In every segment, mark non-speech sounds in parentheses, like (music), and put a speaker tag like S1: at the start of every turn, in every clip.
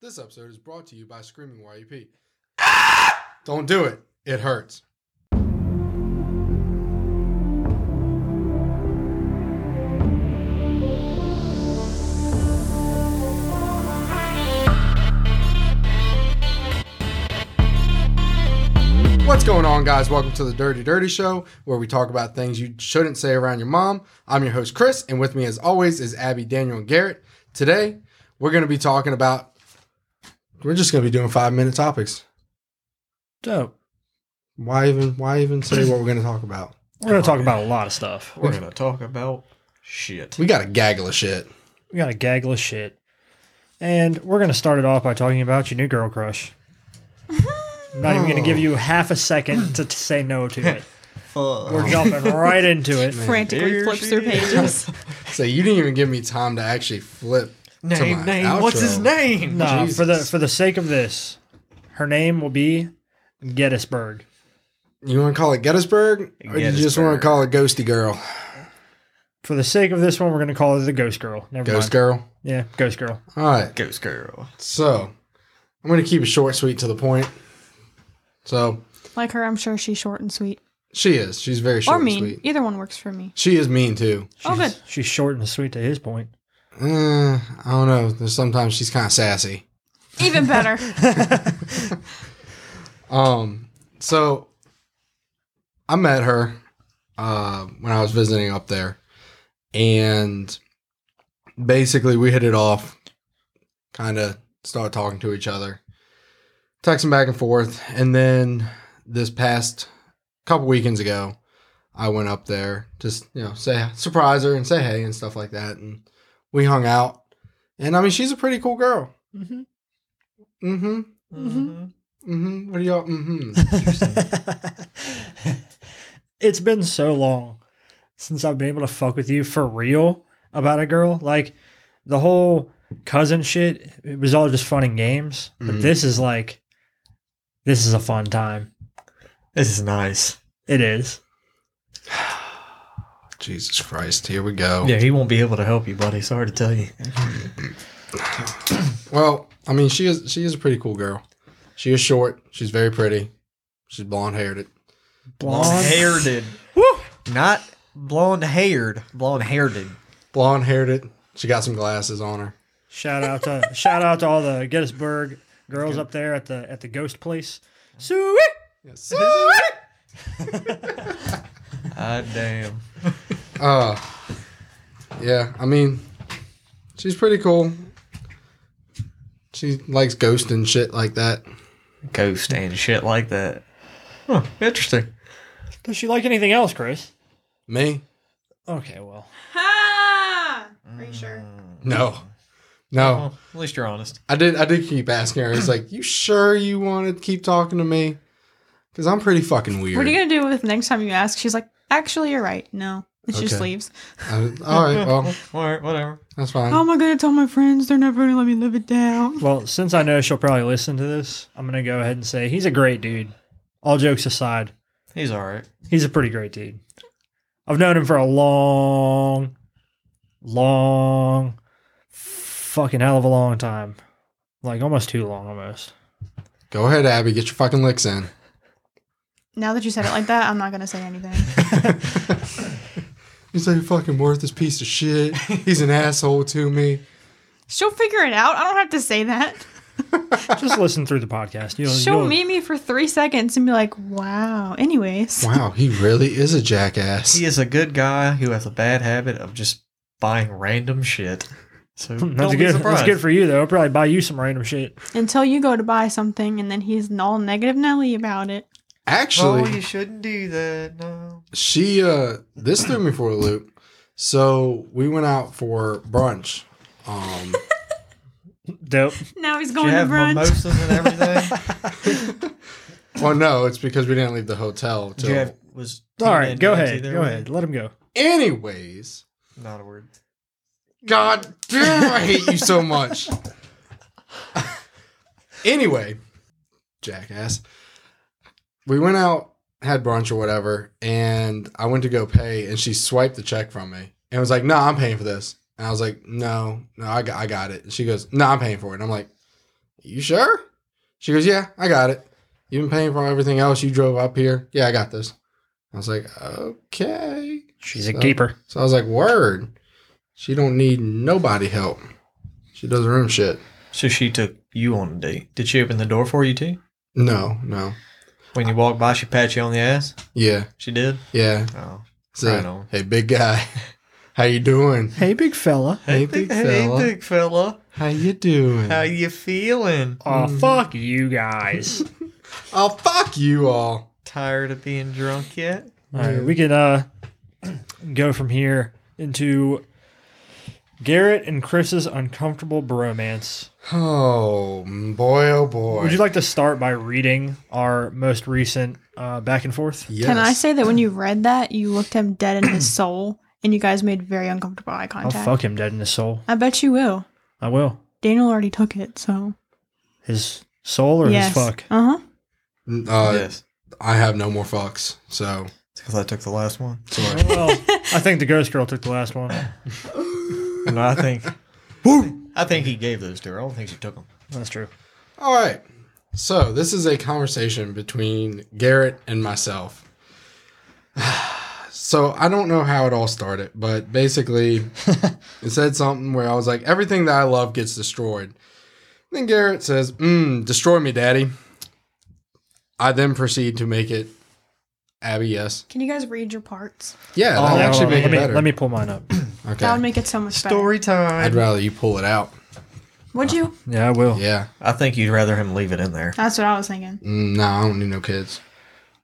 S1: This episode is brought to you by Screaming YEP. Don't do it. It hurts. What's going on, guys? Welcome to the Dirty Dirty Show, where we talk about things you shouldn't say around your mom. I'm your host, Chris, and with me, as always, is Abby, Daniel, and Garrett. Today, we're going to be talking about. We're just going to be doing five minute topics.
S2: Dope.
S1: Why even? Why even say what we're going to talk about?
S2: We're gonna talk about a lot of stuff.
S1: (laughs)
S3: We're gonna talk about shit.
S1: We got a gaggle of shit.
S2: We got a gaggle of shit, and we're gonna start it off by talking about your new girl
S1: (laughs)
S2: crush. I'm not even gonna
S1: Oh.
S2: give you half a second to, to say no to
S1: (laughs)
S2: it. We're jumping right into it.
S3: Here
S4: frantically
S3: she
S4: flips through pages.
S1: So you didn't even give me time to actually flip.
S3: (laughs) Name,
S1: my
S3: name.
S1: outro.
S3: What's his name?
S2: Nah, for the
S1: Jesus.
S2: for the sake of this, her name will be Gettysburg.
S1: You want to call it Gettysburg, or you just
S3: Gettysburg.
S1: want to call it Ghosty Girl?
S2: For the sake of this one, we're gonna call her the Ghost Girl. Never
S1: Ghost
S2: mind.
S1: Girl.
S2: Yeah, Ghost Girl.
S1: All right.
S3: Ghost Girl.
S1: So I'm going to keep it short, sweet, to the point. So
S4: like her, I'm sure she's short and sweet.
S1: she is. She's very short
S4: or mean.
S1: and sweet.
S4: Either one works for me.
S1: She is mean too.
S2: She's,
S4: oh, good.
S2: She's short and sweet to his point.
S1: Uh, I don't know. There's Sometimes she's kind of sassy. (laughs)
S4: Even better.
S1: Um, so I met her uh, when I was visiting up there, and basically we hit it off. Kind of started talking to each other, texting back and forth, and then this past couple weekends ago, I went up there just you know say surprise her and say hey and stuff like that, and we hung out. And I mean, she's a pretty cool girl.
S2: Mhm.
S1: Mm-hmm. Mm-hmm. What do y'all? Mm-hmm.
S2: (laughs) it's been so long since I've been able to fuck with you for real about a girl. Like the whole cousin shit, it was all just fun and games.
S1: Mhm.
S2: But this is like, this is a fun time.
S3: This is nice.
S2: It is.
S1: (laughs) Jesus Christ, here we go.
S3: Yeah, he won't be able to help you, buddy. Sorry to tell you.
S1: Well, I mean, she is she is a pretty cool girl. She is short. She's very pretty. She's blonde haired.
S2: Blonde.
S3: haired. Not blonde haired. Blonde haired.
S1: Blonde haired. She got some glasses on her.
S2: Shout out to shout out to all the Gettysburg girls up there at the at the ghost place. Sweet.
S1: Yes.
S3: Ah, damn.
S1: (laughs) Uh, yeah. I mean, she's pretty cool. She likes ghosts and shit like that.
S3: Ghost and shit like that. Huh, interesting.
S2: Does she like anything else, Chris?
S1: Me?
S2: Okay, well.
S4: ha! Are you sure?
S1: No.
S4: Uh-huh.
S1: No.
S3: Well, at least you're honest.
S1: I did. I did keep asking her. I was like, "You sure you want to keep talking to me? Because I'm pretty fucking weird."
S4: What are you going to do with next time you ask? She's like, actually, you're right. No. And she just
S1: Okay.
S4: leaves.
S1: I- all right. Well,
S3: All right, whatever.
S1: that's fine.
S4: How am I going to tell my friends? They're never going to let me live it down.
S2: Well, since I know she'll probably listen to this, I'm gonna go ahead and say he's a great dude. All jokes aside,
S3: He's all right.
S2: he's a pretty great dude. I've known him for a long, long, fucking hell of a long time. Like almost too long, almost.
S1: Go ahead, Abby. Get your fucking licks in.
S4: Now that you said it like that, I'm not going to say
S1: (laughs)
S4: anything.
S1: He's like fucking worthless piece of shit. He's an asshole to me.
S4: She'll figure it out. I don't have to say that.
S3: (laughs)
S2: Just listen through the podcast. You'll,
S4: She'll
S2: you'll-
S4: meet me for three seconds and be like, wow. Anyways.
S1: Wow, he really is a jackass.
S3: He is a good guy who has a bad habit of just buying random shit. So
S2: (laughs) That's
S3: don't
S2: good.
S3: Be
S2: That's
S3: surprised.
S2: good for you though. I'll probably buy you some random shit.
S4: Until you go to buy something and then he's all negative Nelly about it.
S1: Actually,
S3: oh, you shouldn't do that. No.
S1: she uh this threw me for a loop. So we went out for brunch. Um
S2: Dope.
S4: Now he's
S3: Do
S4: going
S3: you
S4: to
S3: have
S4: brunch.
S3: mimosas and everything?
S1: well no, it's because we didn't leave the hotel
S3: Do you
S1: till
S3: have was
S2: All right, go
S3: Nancy
S2: ahead.
S3: there
S2: Go
S3: with
S2: ahead.
S3: you?
S2: Let him go.
S1: anyways.
S3: Not a word.
S1: God damn, I hate you so much. anyway, jackass. We went out, had brunch or whatever, and I went to go pay, and she swiped the check from me and was like, No, I'm paying for this. And I was like, No, no, I got, I got it. And she goes, No, I'm paying for it. And I'm like, You sure? She goes, Yeah, I got it. You've been paying for everything else. You drove up here. Yeah, I got this. I was like, Okay.
S2: She's a
S1: So-
S2: keeper.
S1: So I was like, Word. She don't need nobody help. She does her own shit.
S3: So she took you on a date. Did she open the door for you too?
S1: No, no.
S3: When you walked by, she pat you on the ass.
S1: Yeah,
S3: She did.
S1: yeah.
S3: Oh,
S1: So,
S3: Right on.
S1: hey, big guy. (laughs) How you doing?
S2: Hey, big fella.
S1: Hey, big fella.
S3: big fella.
S1: How you doing?
S3: How you feeling?
S2: Oh, fuck you guys.
S1: oh, fuck you all.
S3: Tired of being drunk yet?
S2: All right, we can uh, (clears throat) go from here into Garrett and Chris's uncomfortable bromance.
S1: Oh boy, oh boy.
S2: Would you like to start by reading our most recent uh, back and forth?
S1: Yes.
S4: Can I say that when you read that, you looked him dead in
S2: (clears throat)
S4: his soul and you guys made very uncomfortable eye
S2: I'll
S4: contact?
S2: Oh, fuck him dead in his soul.
S4: I bet you will.
S2: I will.
S4: Daniel already took it, so.
S2: His soul or
S4: yes.
S2: his fuck?
S4: Uh huh.
S1: Uh,
S3: yes.
S1: I have no more fucks. So
S3: Because I took the last one.
S1: sorry.
S2: (laughs) well, I think the ghost girl took the last one.
S3: (laughs) No, I think. I think he gave those to her. I don't think she took them.
S2: That's true.
S1: All right. So this is a conversation between Garrett and myself. (sighs) So I don't know how it all started, but
S2: (laughs)
S1: basically it said something where I was like, everything that I love gets destroyed. Then Garrett says, mm, destroy me, daddy. I then proceed to make it Abby, yes.
S4: Can you guys read your parts?
S1: Yeah, that
S3: Oh,
S1: would actually
S2: Hold on,
S1: make
S2: let
S1: it
S2: me,
S1: better.
S2: Let me pull mine up.
S1: okay.
S4: That would make it so much better.
S1: I'd
S3: time.
S1: rather you pull it out.
S4: Would you?
S2: (clears throat) Yeah, I will.
S1: Yeah.
S3: I think you'd rather him leave it in there.
S4: That's what I was thinking.
S1: Mm, no, I don't need no
S2: (laughs)
S1: kids.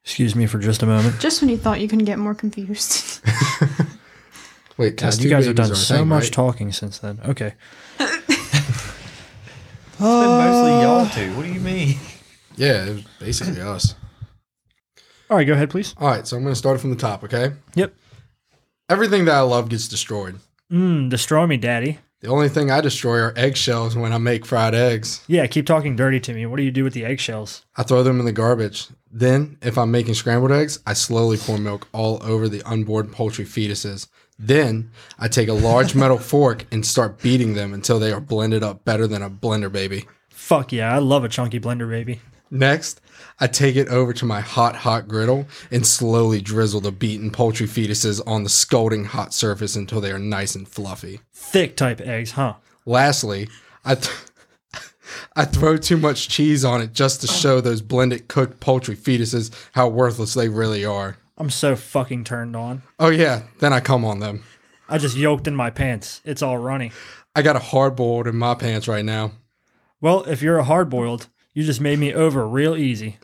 S2: Excuse me for just a moment.
S4: Just when you thought you couldn't get more confused. (laughs)
S1: Wait,
S2: God,
S1: test
S2: Uh, you
S1: tube
S2: guys
S1: babies
S2: have done
S1: are a
S2: so
S1: thing,
S2: much
S1: right?
S2: talking since then. Okay.
S3: It's been mostly
S2: Uh.
S3: y'all two. What do you mean?
S1: Yeah, it was basically us.
S2: All right, go ahead, please.
S1: All right, so I'm going to start from the top, okay?
S2: Yep.
S1: Everything that I love gets destroyed.
S2: Mm, destroy me, daddy.
S1: The only thing I destroy are eggshells when I make fried eggs.
S2: Yeah, keep talking dirty to me. What do you do with the eggshells?
S1: I throw them in the garbage. Then, if I'm making scrambled eggs, I slowly pour milk all over the unborn poultry fetuses. Then, I take a large metal fork and start beating them until they are blended up better than a blender baby.
S2: Fuck yeah, I love a chunky blender, baby.
S1: Next, I take it over to my hot, hot griddle and slowly drizzle the beaten poultry fetuses on the scalding hot surface until they are nice and fluffy.
S2: Thick type eggs, huh?
S1: Lastly, I, th- (laughs) I throw too much cheese on it just to show those blended cooked poultry fetuses how worthless they really are.
S2: I'm so fucking turned on.
S1: Oh, yeah, then I come on them.
S2: I just yoked in my pants. It's all runny.
S1: I got a hard boiled in my pants right now.
S2: Well, if you're a hard boiled, you just made me over real easy.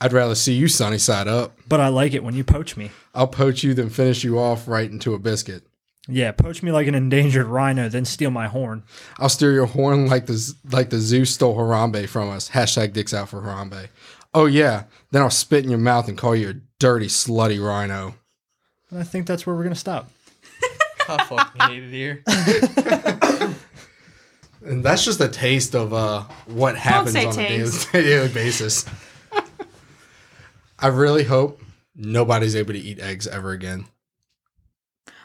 S1: I'd rather see you sunny side up.
S2: But I like it when you poach me.
S1: I'll poach you, then finish you off right into a biscuit.
S2: Yeah, poach me like an endangered rhino, then steal my horn.
S1: I'll steer your horn like the z- like the zoo stole Harambe from us. Hashtag dicks out for Harambe. Oh yeah, then I'll spit in your mouth and call you a dirty slutty rhino.
S2: And I think that's where we're gonna stop.
S3: (laughs) I fucking hate it here.
S1: And that's just a taste of uh, what happens
S4: say
S1: on
S4: taste.
S1: a daily, (laughs) daily basis. I really hope nobody's able to eat eggs ever again.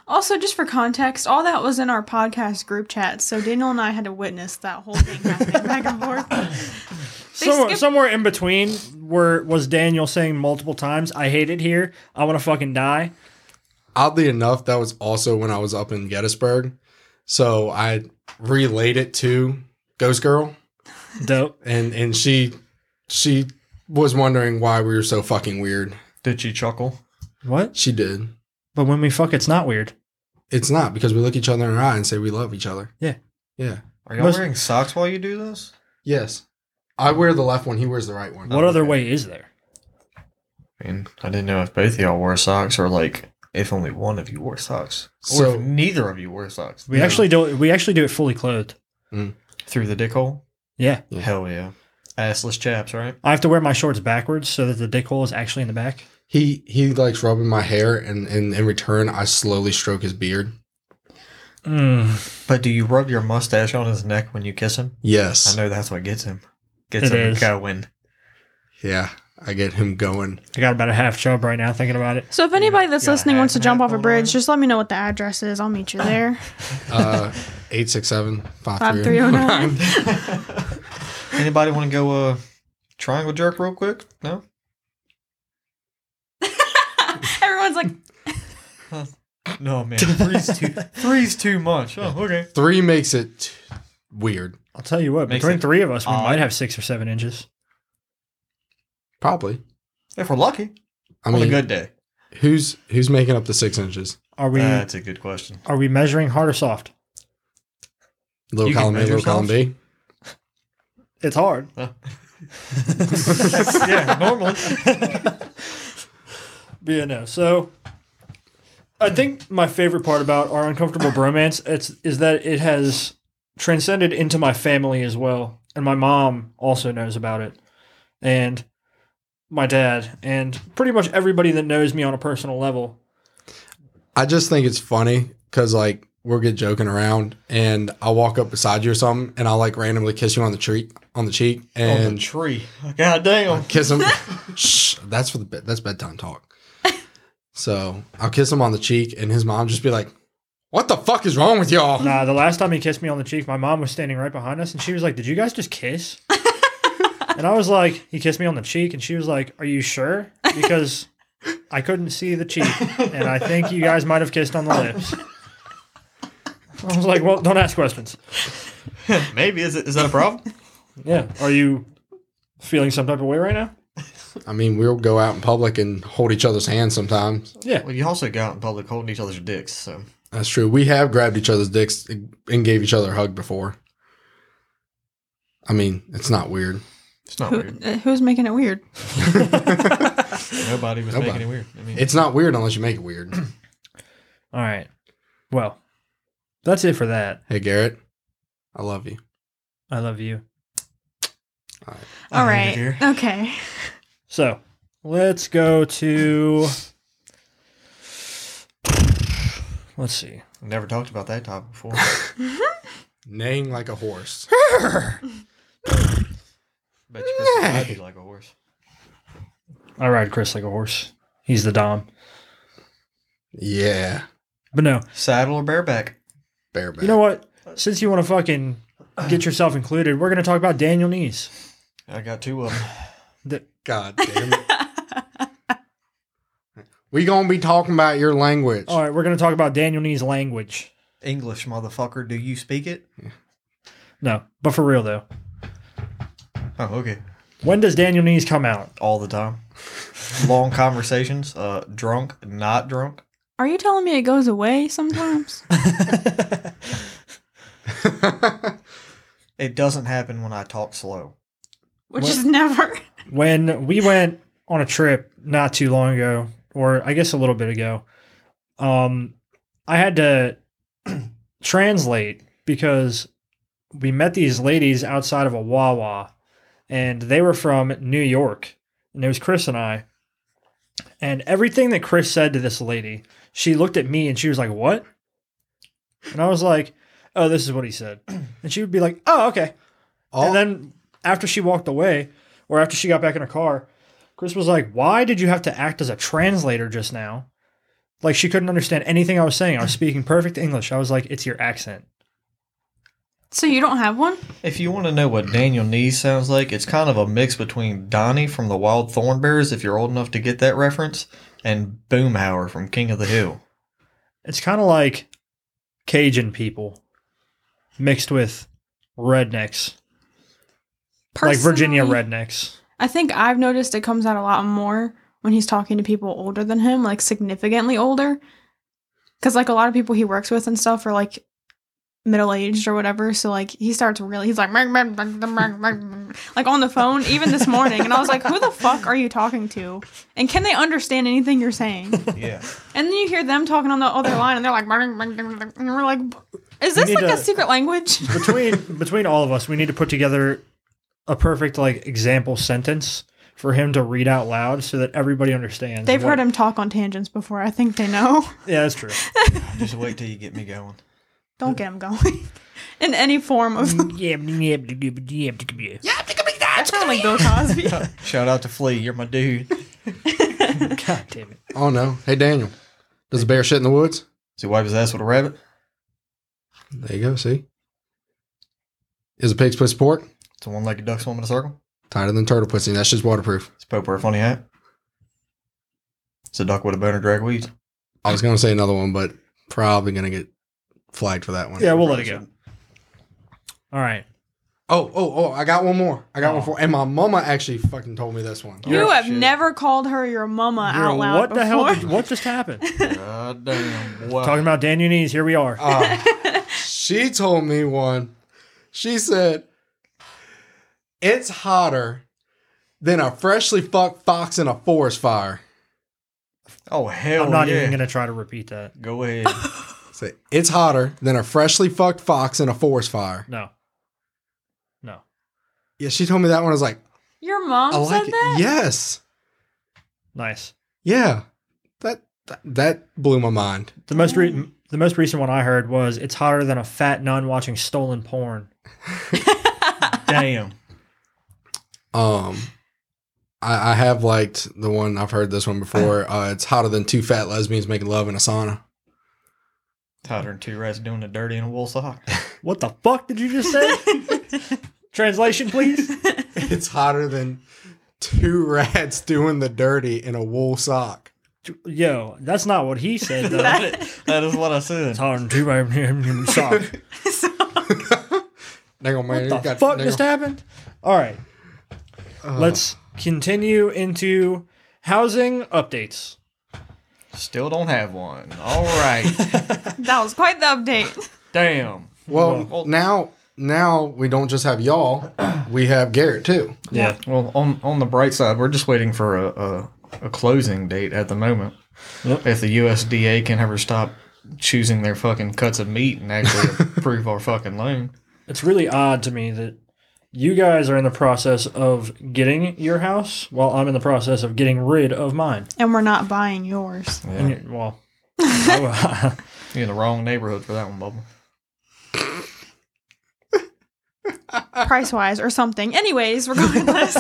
S4: Also, just for context, all that was in our podcast group chat, so Daniel and I had to witness that whole thing happening back and (laughs) forth. They
S2: Somewhere,
S4: skipped-
S2: somewhere in between, where was Daniel saying multiple times, "I hate it here. I want to fucking die."
S1: Oddly enough, that was also when I was up in Gettysburg, so I relayed it to Ghost Girl.
S2: Dope.
S1: and and she she was wondering why we were so fucking weird.
S3: Did she chuckle?
S2: What?
S1: She did.
S2: But when we fuck, it's not weird.
S1: It's not because we look each other in the eye and say we love each other.
S2: Yeah.
S1: Yeah.
S3: Are y'all
S2: Most-
S3: wearing socks while you do this?
S1: Yes. I wear the left one. He wears the right one.
S2: What other
S3: okay.
S2: way is there?
S3: I mean, I didn't know if both of y'all wore socks or like if only one of you wore socks. or
S1: So-
S3: if neither of you wore socks.
S2: We actually do. We actually do it fully clothed.
S3: Through the dick hole?
S2: Yeah,
S1: Yeah.
S3: Hell yeah. Assless chaps, right?
S2: I have to wear my shorts backwards so that the dick hole is actually in the back.
S1: He he likes rubbing my hair, and, and in return, I slowly stroke his beard.
S2: Mm,
S3: But do you rub your mustache on his neck when you kiss him? I
S1: Yes.
S3: know that's what gets him. Gets
S2: It
S3: him
S2: is. (laughs)
S3: going.
S1: Yeah. I get him going.
S2: I got about a half chub right now thinking about it.
S4: So, if anybody that's
S3: Got a
S4: listening wants to
S3: hat
S4: jump off a
S3: going
S4: bridge,
S3: on.
S4: just let me know what the address is. I'll meet you there.
S1: Uh, 867 oh
S4: Five three zero nine.
S3: Anybody want to go uh, triangle jerk real quick? No.
S4: (laughs) Everyone's like,
S3: No man,
S2: (laughs)
S3: three's too three's too much. Oh okay.
S1: (laughs) Three makes it t- weird.
S2: I'll tell you what,
S3: Makes
S2: between
S3: it
S2: three of us, we
S3: odd.
S2: might have six or seven inches.
S1: Probably.
S3: If we're lucky,
S1: I
S3: on
S1: mean,
S3: a good day.
S1: who's who's making up the six inches?
S2: Are we
S3: That's a good question.
S2: are we measuring hard or soft?
S1: Little
S3: You can
S1: column A,
S3: measure
S1: little column B.
S2: It's hard.
S3: (laughs) yeah, normally.
S2: (laughs) But yeah, no. So I think my favorite part about our uncomfortable bromance it's, is that it has transcended into my family as well. And my mom also knows about it. And my dad and pretty much everybody that knows me on a personal level.
S1: I just think it's funny because like we'll get joking around, and I'll walk up beside you or something, and I'll like randomly kiss you on the cheek, on the cheek,
S3: On
S1: and
S3: the tree. (laughs) God (laughs) damn.
S1: kiss him. (laughs) Shh, that's for the bed. That's bedtime talk. So I'll kiss him on the cheek, and his mom just be like, "What the fuck is wrong with y'all?"
S2: Nah, the last time he kissed me on the cheek, my mom was standing right behind us and she was like, Did you guys just kiss? and I was like, He kissed me on the cheek. And she was like, Are you sure? Because I couldn't see the cheek. And I think you guys might have kissed on the lips. I was like, Well, don't ask questions.
S3: Maybe is it is that a problem?
S2: Yeah. Are you feeling some type of way right now?
S1: I mean, we'll go out in public and hold each other's hands sometimes.
S2: Yeah.
S3: well, you also go out in public holding each other's dicks. So
S1: That's true. We have grabbed each other's dicks and gave each other a hug before. I mean, it's not
S2: (laughs)
S1: weird.
S3: it's not (laughs)
S4: Who,
S3: weird.
S4: uh, who's making it weird?
S3: Nobody was
S1: Nobody.
S3: making it weird. I mean,
S1: It's not weird unless you make it weird. (clears throat)
S2: All right. Well, that's it for that.
S1: Hey, Garrett, I love you.
S2: I love you.
S4: All
S3: I hate
S4: right.
S3: it here.
S4: Okay. (laughs)
S2: So let's go to. Let's see.
S3: never talked about that topic (laughs) before.
S1: Neighing like a
S2: (laughs)
S1: horse.
S3: Bet you Chris would ride you like a horse.
S2: I ride Chris like a horse. He's the Dom.
S1: Yeah,
S2: But no,
S3: Saddle or bareback?
S1: bareback.
S2: you know what? Since you want to fucking get yourself included, we're going to talk about Daniel Nees.
S3: I got two of them.
S1: God damn it. we gonna be talking about your language.
S2: All right, we're going to talk about Daniel Nees' language.
S3: (laughs) English, motherfucker. Do you speak it?
S2: No, but for real though,
S3: Oh, okay.
S2: when does Daniel Nees come out?
S3: All the time. Long conversations. Uh, drunk, not (laughs) drunk.
S4: Are you telling me it goes away
S3: (laughs)
S4: sometimes?
S3: It doesn't happen when I talk slow.
S4: Which
S2: What?
S4: is never.
S2: When we went on a trip not too long ago, or I guess a little bit ago, um, I had to (clears throat) translate because we met these ladies outside of a Wawa, and they were from New York, and it was Chris and I. And everything that Chris said to this lady, she looked at me and she was like, "What?" And I was like, "Oh, this is what he said," (clears throat) and she would be like, "Oh, okay."
S1: All-
S2: And then after she walked away, or after she got back in her car, Chris was like, Why did you have to act as a translator just now? Like she couldn't understand anything I was saying. I was speaking perfect English. I was like, It's your accent.
S4: So you don't have one?
S3: If you want to know what Daniel Knees sounds like, it's kind of a mix between Donnie from the Wild Thornberries, if you're old enough to get that reference, and Boomhauer from King of the Hill.
S2: It's kind of like Cajun people mixed with rednecks, like Virginia
S4: Personally,
S2: rednecks.
S4: I think I've noticed it comes out a lot more when he's talking to people older than him, like significantly older. Because, like, a lot of people he works with and stuff are like middle aged or whatever. So, like, he starts really, he's like, "Mrg, mrg, mrg, mrg, mrg," like on the phone, even this morning. And I was like, who the fuck are you talking to? And can they understand anything you're saying? And
S3: Yeah.
S4: then you hear them talking on the other line and they're like, "Mrg, mrg, mrg, mrg," and we're like, is this
S2: need
S4: like a
S2: to-
S4: secret (laughs) language?
S2: between between all of us, we need to put together a perfect like example sentence for him to read out loud so that everybody understands.
S4: They've
S2: what-
S4: heard him talk on tangents before. I think they know. (laughs)
S2: Yeah, that's true.
S3: (laughs) Just wait till you get me going.
S4: Don't get him going (laughs) in any form of.
S2: Yeah, yeah, yeah, yeah, yeah.
S4: That's kind of like Bill Cosby.
S3: Shout out to Flea, you're my dude.
S2: God damn it.
S1: (laughs) oh no. Hey Daniel. Does a bear shit in the woods?
S3: So wipe his ass with a rabbit?
S1: There you go, see? Is a pig's pussy pork?
S3: It's a one-legged duck swim in a circle.
S1: Tighter than turtle pussy. That's just waterproof.
S3: It's Pope wear a funny hat. It's a duck with a boner drag weed.
S1: I was gonna say another one, but probably gonna get flagged for that one.
S2: Yeah, we'll let it go. All right.
S1: Oh, oh, oh! I got one more. I got
S2: Oh.
S1: one for, and my mama actually fucking told me this
S2: (laughs)
S1: one.
S3: Oh,
S4: (laughs) you have
S3: shit.
S4: never called her your mama
S2: You're-
S4: out loud
S2: what the hell?
S4: before.
S2: Did, what just happened?
S3: God damn. Wow.
S2: Talking about Dan Muniz. Here we are.
S1: Uh, she told me one. She said, "It's hotter than a freshly fucked fox in a forest fire."
S3: oh hell
S2: I'm not
S3: yeah.
S2: even gonna try to repeat that.
S3: Go ahead.
S2: (laughs)
S1: Say, it's hotter than a freshly fucked fox in a forest fire.
S2: No. No.
S1: Yeah, she told me that one. I was like,
S4: your mom
S1: I
S4: said
S1: like it.
S4: that?
S1: Yes,
S2: Nice.
S1: yeah. That, that that blew my mind.
S2: The most re- the most recent one I heard was it's hotter than a fat nun watching stolen porn.
S3: damn.
S1: Um, I, I have liked the one I've heard this one
S2: (laughs)
S1: before. Uh, it's hotter than two fat lesbians making love in a sauna.
S3: Tighter than two rats doing the dirty in a wool sock.
S2: What the fuck did you just say? Translation, please.
S1: It's hotter than two (laughs) rats doing the dirty in a wool sock.
S2: Yo, that's not what he said though.
S4: That-
S3: that is what I said.
S2: It's hotter than two by sock.
S1: They gonna
S2: What
S1: make-
S2: the
S1: got-
S2: fuck
S1: they
S2: just
S1: gonna-
S2: happened? All right,
S1: uh,
S2: let's continue into housing updates.
S3: Still don't have one.
S2: (laughs)
S3: All right.
S4: (laughs) that was quite the update.
S3: damn.
S1: Well,
S3: Well-
S1: now now we don't just have y'all. We have Garrett too.
S2: Yeah.
S3: Well, on on the bright side, we're just waiting for a, a, a closing date at the moment.
S2: Yep.
S3: If the USDA can ever stop choosing their fucking cuts of meat
S2: (laughs)
S3: and actually approve our fucking loan,
S2: It's really odd to me that you guys are in the process of getting your house while I'm in the process of getting rid of mine.
S4: (laughs) And we're not buying yours.
S2: And you- well, I-
S3: you're in the wrong neighborhood for that one, Bubba.
S4: Price wise Uh, or something. Anyways, regardless.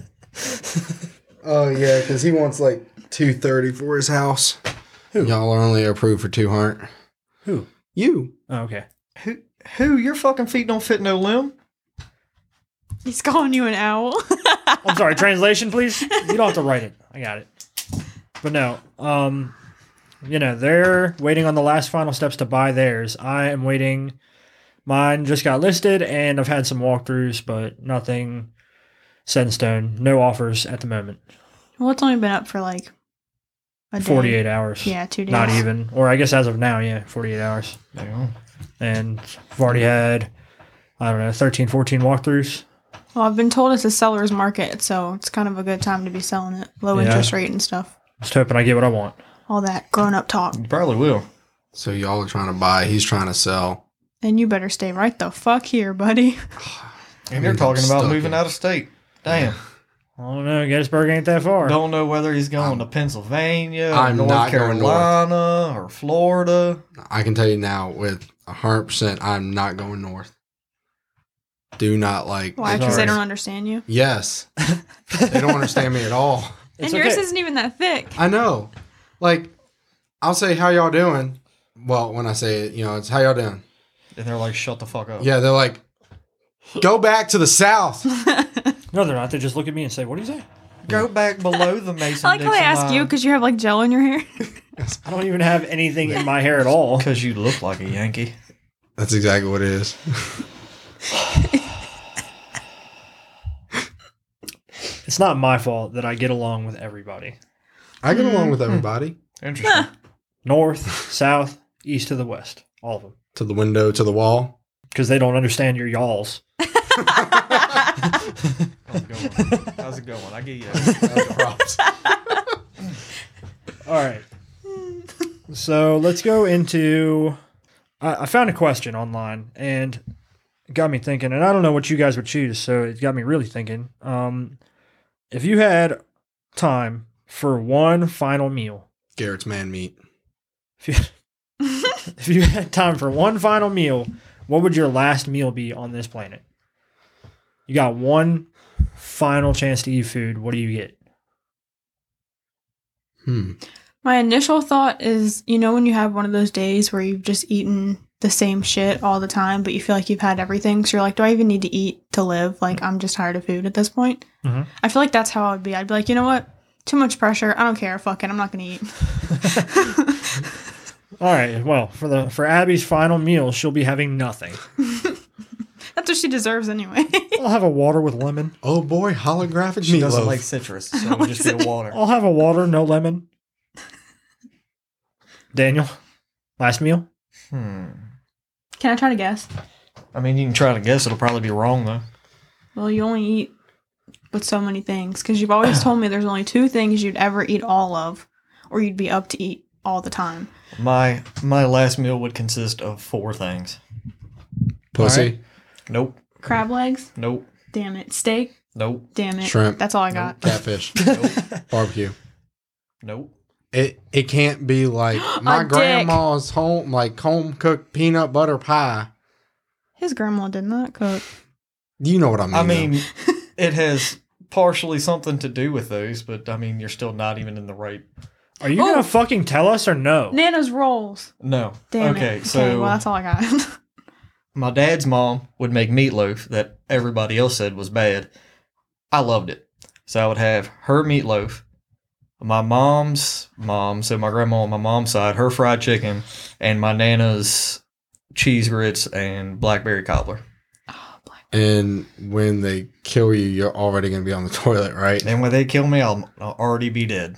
S4: (laughs)
S1: Oh yeah, because he wants like two thirty for his house. Y'all are only approved for two hundred.
S2: who?
S1: You.
S2: Oh, okay.
S3: Who? Who? Your fucking feet don't fit no limb.
S4: He's calling you an owl.
S2: I'm sorry. Translation, please. You don't have to write it. I got it. But no, um, you know they're waiting on the last final steps to buy theirs. I am waiting. Mine just got listed, and I've had some walkthroughs, but nothing set in stone. No offers at the moment.
S4: well, it's only been up for like a day.
S2: 48 hours.
S4: Yeah, two days.
S2: Not even, or I guess as of now, yeah, 48 hours.
S3: Damn.
S2: And I've already had, I don't know, 13, 14 walkthroughs.
S4: Well, I've been told it's a seller's market, so it's kind of a good time to be selling it. Low
S2: Yeah.
S4: interest rate and stuff.
S2: Just hoping I get what I want.
S4: All that grown up talk.
S3: You probably will.
S1: So y'all are trying to buy. He's trying to sell.
S4: And you better stay right the fuck here, buddy. (laughs)
S3: And you're
S1: I'm
S3: talking about
S1: stuck
S3: moving
S1: in-
S3: out of state. Damn.
S2: I don't know. Gettysburg ain't that far.
S3: Don't know whether he's going to Pennsylvania, or
S1: I'm
S3: North
S1: not going north.
S3: Carolina, or Florida.
S1: I can tell you now with hundred percent, I'm not going north. Do not like.
S4: Why? Because they
S2: Sorry.
S4: don't understand you.
S1: (laughs) Yes, they don't understand me at all.
S2: It's
S4: and yours
S2: okay.
S4: isn't even that thick.
S1: I know. Like, I'll say, "How y'all doing?" Well, when I say it, you know, it's how y'all doing.
S3: And they're like, "Shut the fuck up."
S1: Yeah, they're like, "Go back to the (laughs) south."
S2: No, they're not. They just look at me and say, "What do you say?"
S3: Go back below the Mason. (laughs)
S4: I like how they ask you because you have like gel in your hair. (laughs)
S2: I don't even have anything in my hair at all.
S3: because you look like a Yankee.
S1: That's exactly what it is.
S2: (laughs) It's not my fault that I get along with everybody.
S1: I get along with everybody.
S3: (laughs) Interesting.
S2: North, south, east to the west, all of them,
S1: To the window, to the
S3: (laughs)
S1: wall.
S2: because they don't understand your y'alls.
S3: How's it going? How's it going? I get you. (laughs) That.
S1: No props.
S2: All right. So let's go into. I, I found a question online and it got me thinking, and I don't know what you guys would choose, so it got me really thinking. Um, if you had time for one final meal,
S1: Garrett's man meat.
S2: if you, (laughs) if you had time for one final meal, what would your last meal be on this planet? You got one final chance to eat food. What do you get?
S1: Hmm.
S4: My initial thought is, you know, when you have one of those days where you've just eaten the same shit all the time, but you feel like you've had everything. So you're like, do I even need to eat to live? Like, I'm just tired of food at this point.
S2: Mhm.
S4: I feel like that's how I would be. I'd be like, you know what? Too much pressure. I don't care. Fuck it. I'm not going to eat.
S2: All right. Well, for the for Abby's final meal, she'll be having nothing.
S4: that's what she deserves anyway. (laughs)
S2: I'll have a water with lemon.
S1: Oh boy, holographic
S3: She doesn't
S1: meatloaf.
S3: like (laughs) citrus, so it would just be a water.
S2: I'll have a water, no lemon. Daniel, last meal.
S3: Hmm.
S4: Can I try to guess?
S3: I mean, you can try to guess. It'll probably be wrong though.
S4: Well, you only eat with so many things because you've always told me there's only two things you'd ever eat all of, or you'd be up to eat all the time.
S3: My my last meal would consist of four things.
S1: Pussy,
S3: Nope.
S4: Crab legs?
S3: Nope.
S4: Damn it. Steak?
S3: Nope. (laughs)
S4: Damn it.
S1: Shrimp.
S4: That's all I got.
S1: catfish,
S3: Nope.
S1: barbecue.
S3: nope.
S1: It it can't be
S3: (gasps)
S1: like my
S4: dick.
S1: grandma's home like home cooked peanut butter pie.
S4: His grandma did not cook.
S1: You know what I mean?
S3: I
S1: though.
S3: (laughs) mean, it has partially something to do with those, but I mean, you're still not even in the right.
S2: Are you
S4: Oh.
S2: gonna fucking tell us or no?
S4: Nana's rolls.
S3: No.
S4: Damn
S3: okay,
S4: it.
S3: so
S4: okay, well, that's all I got.
S3: my dad's mom would make meatloaf that everybody else said was bad. I loved it. So I would have her meatloaf, my mom's mom, so my grandma on my mom's side, her fried chicken, and my nana's cheese grits and blackberry cobbler.
S1: and when they kill you, you're already gonna be on the (laughs) toilet, right?
S3: And when they kill me, I'll, I'll already be dead.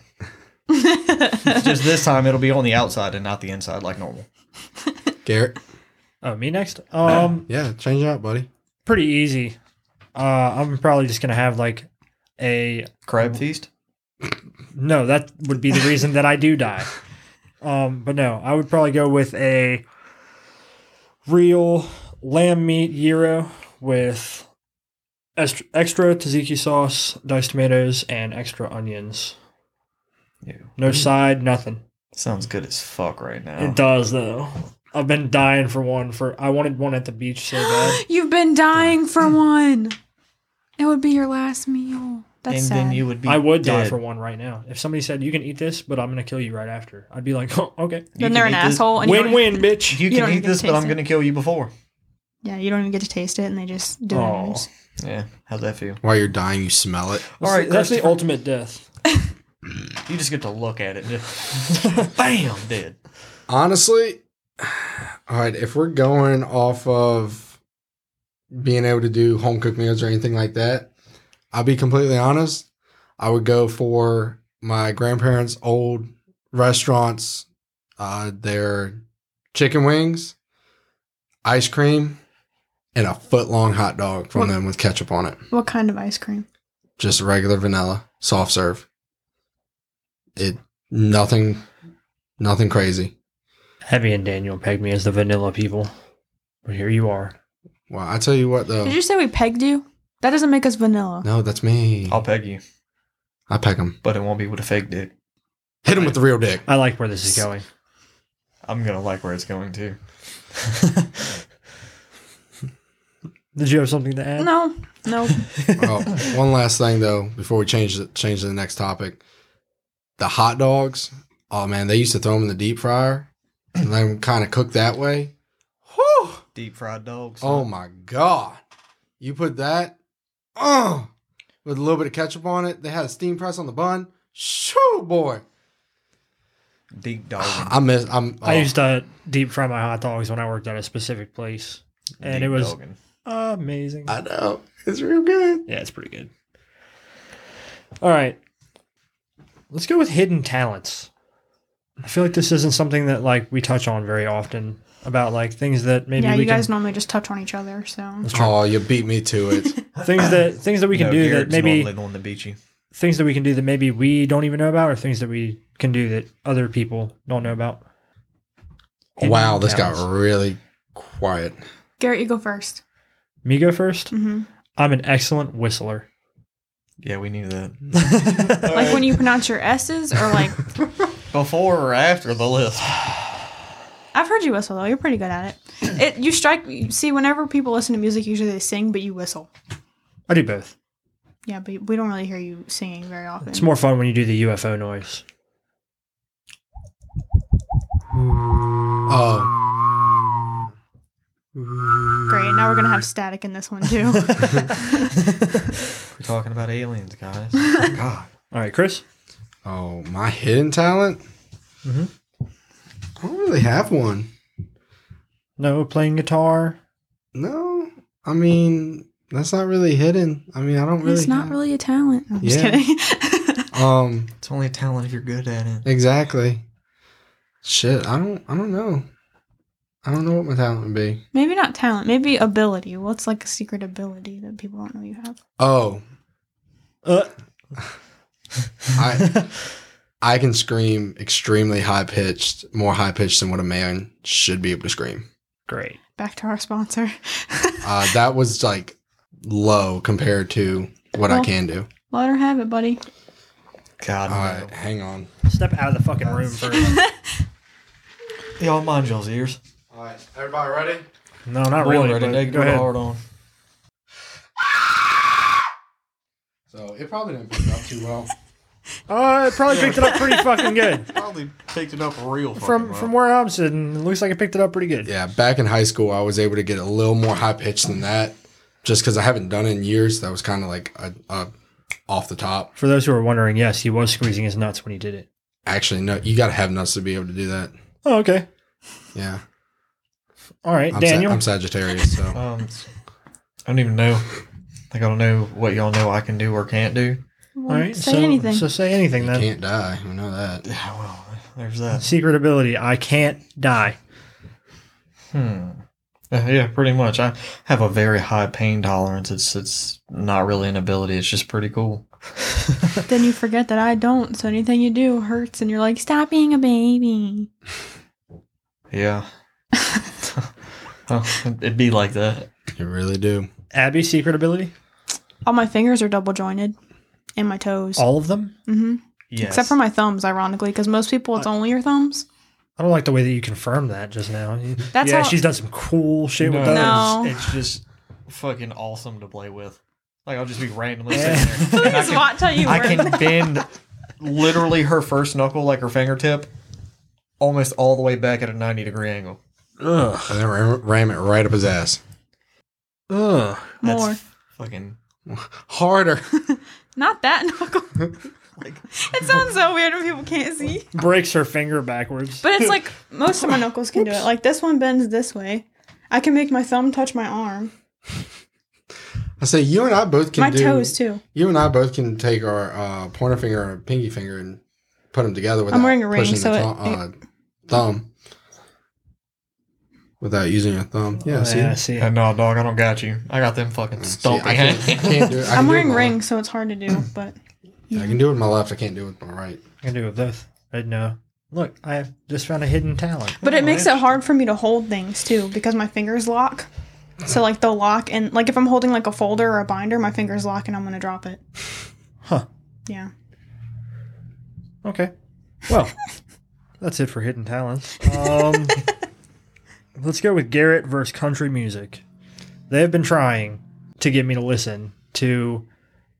S3: Just this time, it'll be on the outside and not the inside like normal.
S1: Garrett,
S2: Oh, me next. Um,
S1: yeah, change it up, buddy.
S2: pretty easy. Uh, I'm probably just gonna have like a
S3: Crab feast?
S2: no. That would be the reason that I do die. Um, but no, I would probably go with a real lamb meat gyro with est- extra tzatziki sauce, diced tomatoes, and extra onions.
S3: Ew.
S2: No side, nothing.
S3: Sounds good as fuck right now.
S2: It does though. I've been dying for one. For I wanted one at the beach so bad.
S4: (laughs) You've been dying for one. It would be your last meal. That's
S3: and
S4: sad.
S3: then you would (gasps) be.
S2: I would die
S3: dead.
S2: for one right now. If somebody said you can eat this, but I'm gonna kill you right after, I'd be like, (laughs) oh, okay,
S3: You
S4: Then
S3: can
S4: they're an
S3: eat this-
S4: asshole. And you
S2: win
S4: don't-
S2: win, bitch.
S3: You
S4: You
S3: can
S4: don't
S3: eat
S4: even
S3: this, but
S4: taste
S3: I'm
S4: it.
S3: going to kill you before.
S4: Yeah, you don't even get to taste it, and they just do it.
S2: Aw.
S4: anyways.
S3: Yeah, how's that feel?
S1: While you're dying, you smell it.
S3: All right,
S2: that's the
S3: Christopher.
S2: ultimate death.
S3: You just get to look at it. (laughs) And just, bam, dead.
S1: Honestly, (sighs) all right, if we're going off of being able to do home cooked meals or anything like that, I'll be completely honest. I would go for my grandparents' old restaurants, uh, their chicken wings, ice cream, and a foot long hot dog from them with ketchup on it.
S4: What kind of ice cream?
S1: Just regular vanilla, soft serve. It nothing nothing crazy.
S2: Heavy and Daniel pegged me as the vanilla people, but here you are.
S1: Wow, I tell you what though.
S4: Did you say we pegged you? That doesn't make us vanilla.
S1: No, that's me.
S3: I'll peg you,
S1: I peck him.
S3: but it won't be with a fake dick.
S1: Hit him with the real dick.
S2: I like where this is going.
S3: I'm gonna like where it's
S1: (laughs)
S3: going to.
S2: Did you have something to add?
S4: No, no.
S1: (laughs) oh, one last thing though, before we change the, change to the next topic, the hot dogs. Oh man, they used to throw them in the deep fryer and let them kind of cook that way. Whew.
S3: (laughs) Deep fried dogs.
S1: Oh my god, you put that, oh, with a little bit of ketchup on it. They had a steam press on the bun. Shoo (sighs) boy,
S3: deep dog.
S1: I miss. I'm.
S2: I
S1: oh.
S2: used to deep fry my hot dogs when I worked at a specific place. and it was- Amazing.
S1: I know it's real good.
S2: yeah, it's pretty good. All right, let's go with hidden talents. I feel like this isn't something that like we touch on very often about like things that maybe
S4: yeah,
S2: we
S4: you guys
S2: can
S4: normally just touch on each other, so
S2: That's true.
S1: Oh, you beat me to (laughs) it.
S2: things that things that we can do that maybe
S3: normally the one that beat you.
S2: things that we can do that maybe we don't even know about, or things that we can do that other people don't know about. Hidden
S1: wow, this got
S2: talents.
S1: really quiet.
S4: Garrett, you go 1st
S2: Me go first.
S4: Mm-hmm.
S2: I'm an excellent whistler.
S3: Yeah, we knew that.
S4: Like when you pronounce your S's, or (laughs) like
S3: Before or after the
S4: (laughs)
S3: list.
S4: I've heard you whistle though. You're pretty good at it. It you strike. you See, whenever people listen to music, usually they sing, but you whistle.
S2: I do both.
S4: Yeah, but we don't really hear you singing very often.
S2: It's more fun when you do the UFO noise.
S1: Oh,
S4: Great. Now we're gonna have static in this one too.
S3: We're talking about aliens,
S4: (laughs)
S3: guys.
S1: God.
S2: All right, Chris.
S1: Oh, my hidden talent?
S2: Mhm.
S1: I don't really have one.
S2: No, playing guitar.
S1: No. I mean, that's not really hidden. I mean, I don't
S4: (laughs)
S1: really.
S4: it's not
S1: have-
S4: (laughs) really a talent. I'm just
S1: Yeah.
S4: kidding. (laughs)
S1: Um,
S3: It's only a talent if you're good at it.
S1: exactly. Shit, I don't I don't know. I don't know what my talent would be.
S4: maybe not talent. Maybe ability. What's like a secret ability that people don't know you have?
S1: Oh,
S2: Uh,
S1: I I can scream extremely high pitched, more high pitched than what a man should be able to scream.
S2: great.
S4: Back to our sponsor. (laughs)
S1: Uh, that was like low compared to what I
S4: Well,
S1: can do.
S4: Let her have it, buddy.
S3: (laughs) God,
S1: All right, hang on.
S2: Step out of the fucking room first.
S3: no. y'all mind y'all's ears.
S1: All right, everybody ready?
S2: No, not really.
S3: Already,
S2: but
S3: they
S2: go
S3: go
S2: ahead.
S3: hard on.
S1: So it probably didn't pick up too well.
S2: Uh, it probably picked it up pretty fucking good.
S3: Probably picked it up real
S2: From from where I'm sitting, it looks like it picked it up pretty good.
S1: Yeah, back in high school, I was able to get a little more high pitched than that, just because I haven't done it in years. That was kind of like a, a off the top.
S2: For those who are wondering, yes, he was squeezing his nuts when he did it.
S1: Actually, no, you gotta have nuts to be able to do that.
S2: Oh, okay.
S1: Yeah,
S2: All right,
S1: I'm, Sa-
S2: Daniel.
S1: I'm Sagittarius, (laughs) so
S3: Um, I don't even know. I gotta know what y'all know I can do or can't do.
S2: All right,
S4: say
S2: so,
S4: anything.
S2: So say anything
S1: you
S2: then.
S1: can't die. I know that.
S3: Yeah, well, there's that.
S2: Secret ability: I can't die.
S3: Hmm. Uh, yeah, pretty much. I have a very high pain tolerance. It's it's not really an ability. It's just pretty cool. (laughs)
S4: then you forget that I don't. So anything you do hurts, and you're like, stop being a baby. (laughs)
S3: Yeah. Oh, it'd be like that.
S1: You really do.
S2: Abby, secret ability:
S4: All my fingers are double jointed, and my toes.
S2: all of them.
S4: hmm
S3: Yes.
S4: Except for my thumbs, ironically, because most people it's only your thumbs.
S2: I don't like the way that you confirmed that just now. You-
S4: That's
S2: yeah,
S4: how- (laughs)
S2: she's done some cool shit with
S3: No.
S2: those.
S4: No.
S3: It's just fucking awesome to play with. Like I'll just be randomly
S2: Yeah.
S3: sitting there.
S4: Who
S3: and I
S4: (laughs) does
S3: can-
S4: Watt tell you
S3: I
S4: where- (laughs)
S3: can bend literally her first knuckle, like her fingertip, almost all the way back at a 90 degree angle.
S2: Ugh.
S1: And then ram, ram it right up his ass.
S2: Ugh.
S3: That's
S4: more?
S3: fucking.
S1: Harder. (laughs)
S4: Not that (laughs) knuckle.
S3: Like,
S4: It sounds so weird when people can't see.
S2: Breaks her finger backwards.
S4: But it's like most of my knuckles can do it. Like this one bends this way. I can make my thumb touch my arm.
S1: I say you and I both can
S4: my
S1: do.
S4: toes too.
S1: You and I both can take our uh, pointer finger and pinky finger and put them together without
S4: wearing a ring,
S1: pushing
S4: so
S1: the
S4: it-
S1: thumb, uh, thumb without using your thumb. Yeah,
S2: Oh,
S1: see,
S2: yeah, I see.
S3: yeah, no, dog, I don't got you. I got them fucking
S1: See,
S3: stomping
S1: I can't, I
S4: (laughs)
S3: hands.
S1: can't do it. I
S4: I'm
S1: can do Hmm. it
S4: wearing
S1: with my
S4: rings, so it's hard to do. But
S1: left. I can do it with my left. I can't do it with my right.
S2: I can do it with both. I know. Look, I just found a hidden talent.
S4: but it
S3: Oh,
S4: makes it hard for me to hold things too because my fingers lock. So like they'll lock and like if I'm holding like a folder or a binder, my fingers lock and I'm gonna drop it.
S2: Huh.
S4: Yeah.
S2: Okay. Well, (laughs) that's it for hidden talents.
S4: (laughs)
S2: Um, let's go with Garrett versus country music. They have been trying to get me to listen to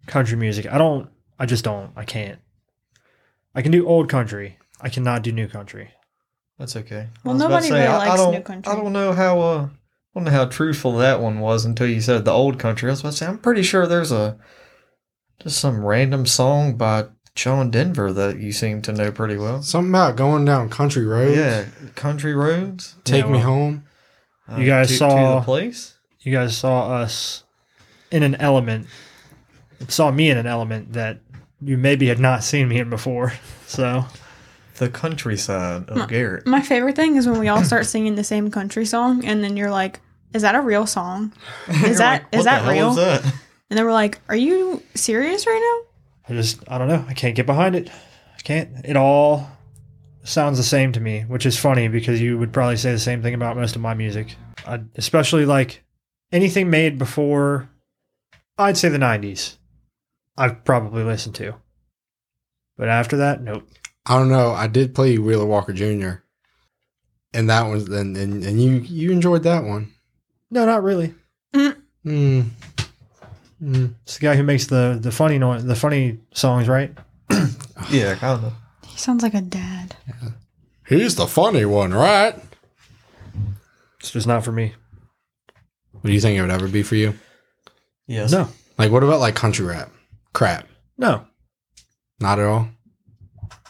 S2: country music. I don't. I just don't. I can't. I can do old country. I cannot do new country.
S3: (laughs) That's okay. I
S4: Well,
S3: was about to
S4: nobody really
S3: I, I
S4: likes
S3: don't,
S4: new country.
S3: I don't know how. Uh, I don't know how truthful that one was until you said the old country. I was about to say, I'm pretty sure there's a just some random song by John Denver that you seem to know pretty well.
S1: Something about going down country roads.
S3: Yeah, country roads.
S1: Take
S2: Yeah,
S1: me
S2: well.
S1: home.
S3: Uh,
S2: You guys
S3: to, to
S2: saw-
S3: the place.
S2: You guys saw us in an element. Saw me in an element that you maybe had not seen me in before. (laughs) So
S3: The countryside of Garrett.
S4: My favorite thing is when we all start singing the same country song, and then you're like, "Is that a real song?"
S3: (laughs) You're
S4: that-
S3: what
S4: (laughs) is that
S3: the hell
S4: real?
S3: Is that? (laughs)
S4: And then we're like, "Are you serious right
S2: I just I don't know. I can't get behind it. I can't. It all sounds the same to me, which is funny because you would probably say the same thing about most of my music, I, especially like anything made before I'd say the '90s. I've probably listened to, but after that, nope.
S1: I don't know. I did play Wheeler Walker Jr. And that was and and, and you you enjoyed that one.
S2: No, not really.
S1: Mm. Mm.
S2: It's the guy who makes the the funny noise, the funny songs, right?
S3: Yeah, kind of.
S4: now?" He sounds like a dad.
S1: He's the funny one, right?
S2: It's just not for me.
S1: do you think it would ever be for you?
S3: Yes.
S2: No,
S1: Like, what about like country rap? Crap.
S2: no,
S1: Not at all.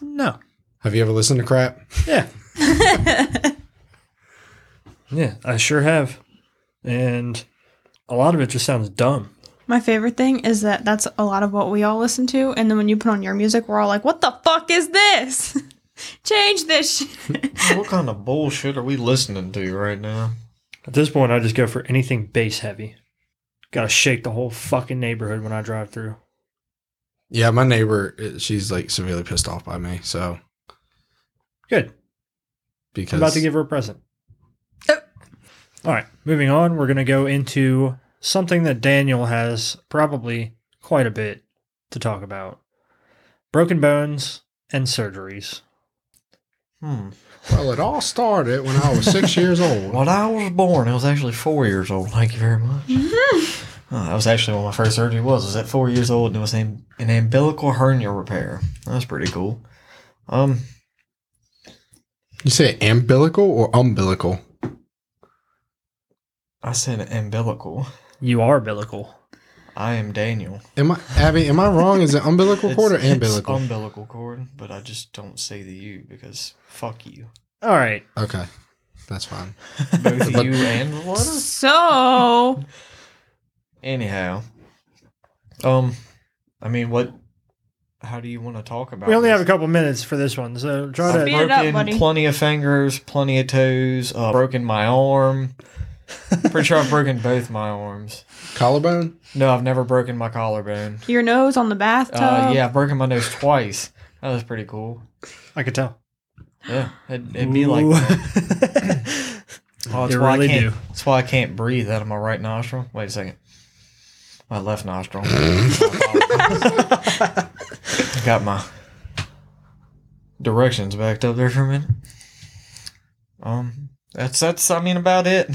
S2: no.
S1: Have you ever listened to crap?
S2: Yeah, yeah, I sure have. And a lot of it just sounds dumb.
S4: My favorite thing is that that's a lot of what we all listen to, and then when you put on your music, we're all like, "What the fuck is this? (laughs) Change this." shit."
S3: What kind of bullshit are we listening to right now?
S2: At this point, I just go for anything bass heavy. Gotta shake the whole fucking neighborhood when I drive through.
S1: Yeah, my neighbor, eh, she's like severely pissed off by me. So
S2: Good.
S1: because
S2: I'm about to give her a present. All right, moving on. We're going to go into something that Daniel has probably quite a bit to talk about broken bones and surgeries.
S3: Hmm.
S1: well, it all started when I was (laughs) six years old.
S3: When I was born, I was actually four years old. Thank you very much. Oh, that was actually when my first surgery was. I was at four years old, and it was an, an umbilical hernia repair. That was pretty cool. Um,
S1: You say umbilical or umbilical?
S3: I said umbilical.
S2: You are umbilical.
S3: I am Daniel.
S1: Am I Abby? Am I wrong? Is it umbilical cord or
S3: It's- it's
S1: umbilical?
S2: um
S3: umbilical cord, but I just don't say the you because fuck you.
S2: All right.
S1: okay, that's fine.
S3: Both
S1: But-
S3: you and the letter.
S4: (laughs) so
S3: Anyhow, um, I mean, what? How do you want to talk about?
S2: We only
S3: this?
S2: have a couple minutes for this one, so try
S3: I've
S4: Speed
S2: to.
S4: it up,
S3: broken
S4: buddy.
S3: plenty of fingers, plenty of toes. Uh, broken my
S2: (laughs)
S3: arm. Pretty sure I've broken both my arms.
S1: Collarbone.
S3: No, I've never broken my collarbone.
S4: your nose on the bathtub.
S3: Uh, yeah, I've broken my nose twice. That was pretty cool.
S2: I could tell.
S3: Yeah, it'd, it'd be like
S2: Ooh.
S3: that. Oh, that's
S2: You
S3: why
S2: really
S3: I can't,
S2: do.
S3: That's why I can't breathe out of my right nostril. Wait a second. My left nostril. (laughs) I got my directions backed up there for a minute. Um, that's that's I mean about it.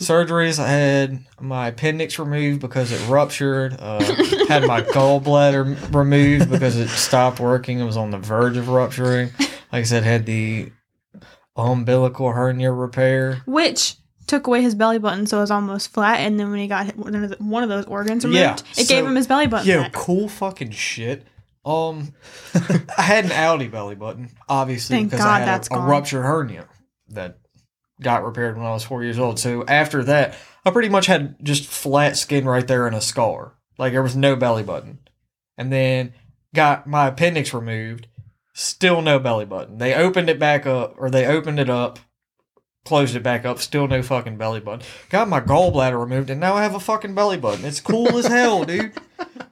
S3: Surgeries. I had my appendix removed because it ruptured. Uh, had my gallbladder removed because it stopped working. It was on the verge of rupturing. Like I said, had the umbilical hernia repair.
S4: which took away his belly button, so it was almost flat. And then when he got hit- one of the- one of those organs removed,
S3: Yeah,
S4: it
S3: so-
S4: gave him his belly button.
S3: Yo,
S4: back.
S3: cool fucking shit. Um, (laughs) I had an Audi belly button, obviously,
S4: Thank
S3: because I
S4: God
S3: had
S4: that's
S3: a, a
S4: gone.
S3: ruptured hernia that got repaired when I was four years old. So after that, I pretty much had just flat skin right there and a scar. Like there was no belly button. And then got my appendix removed, still no belly button. They opened it back up, or they opened it up, closed it back up, still no fucking belly button. Got my gallbladder removed, and now I have a fucking belly button. It's cool as hell,
S4: (laughs)
S3: dude.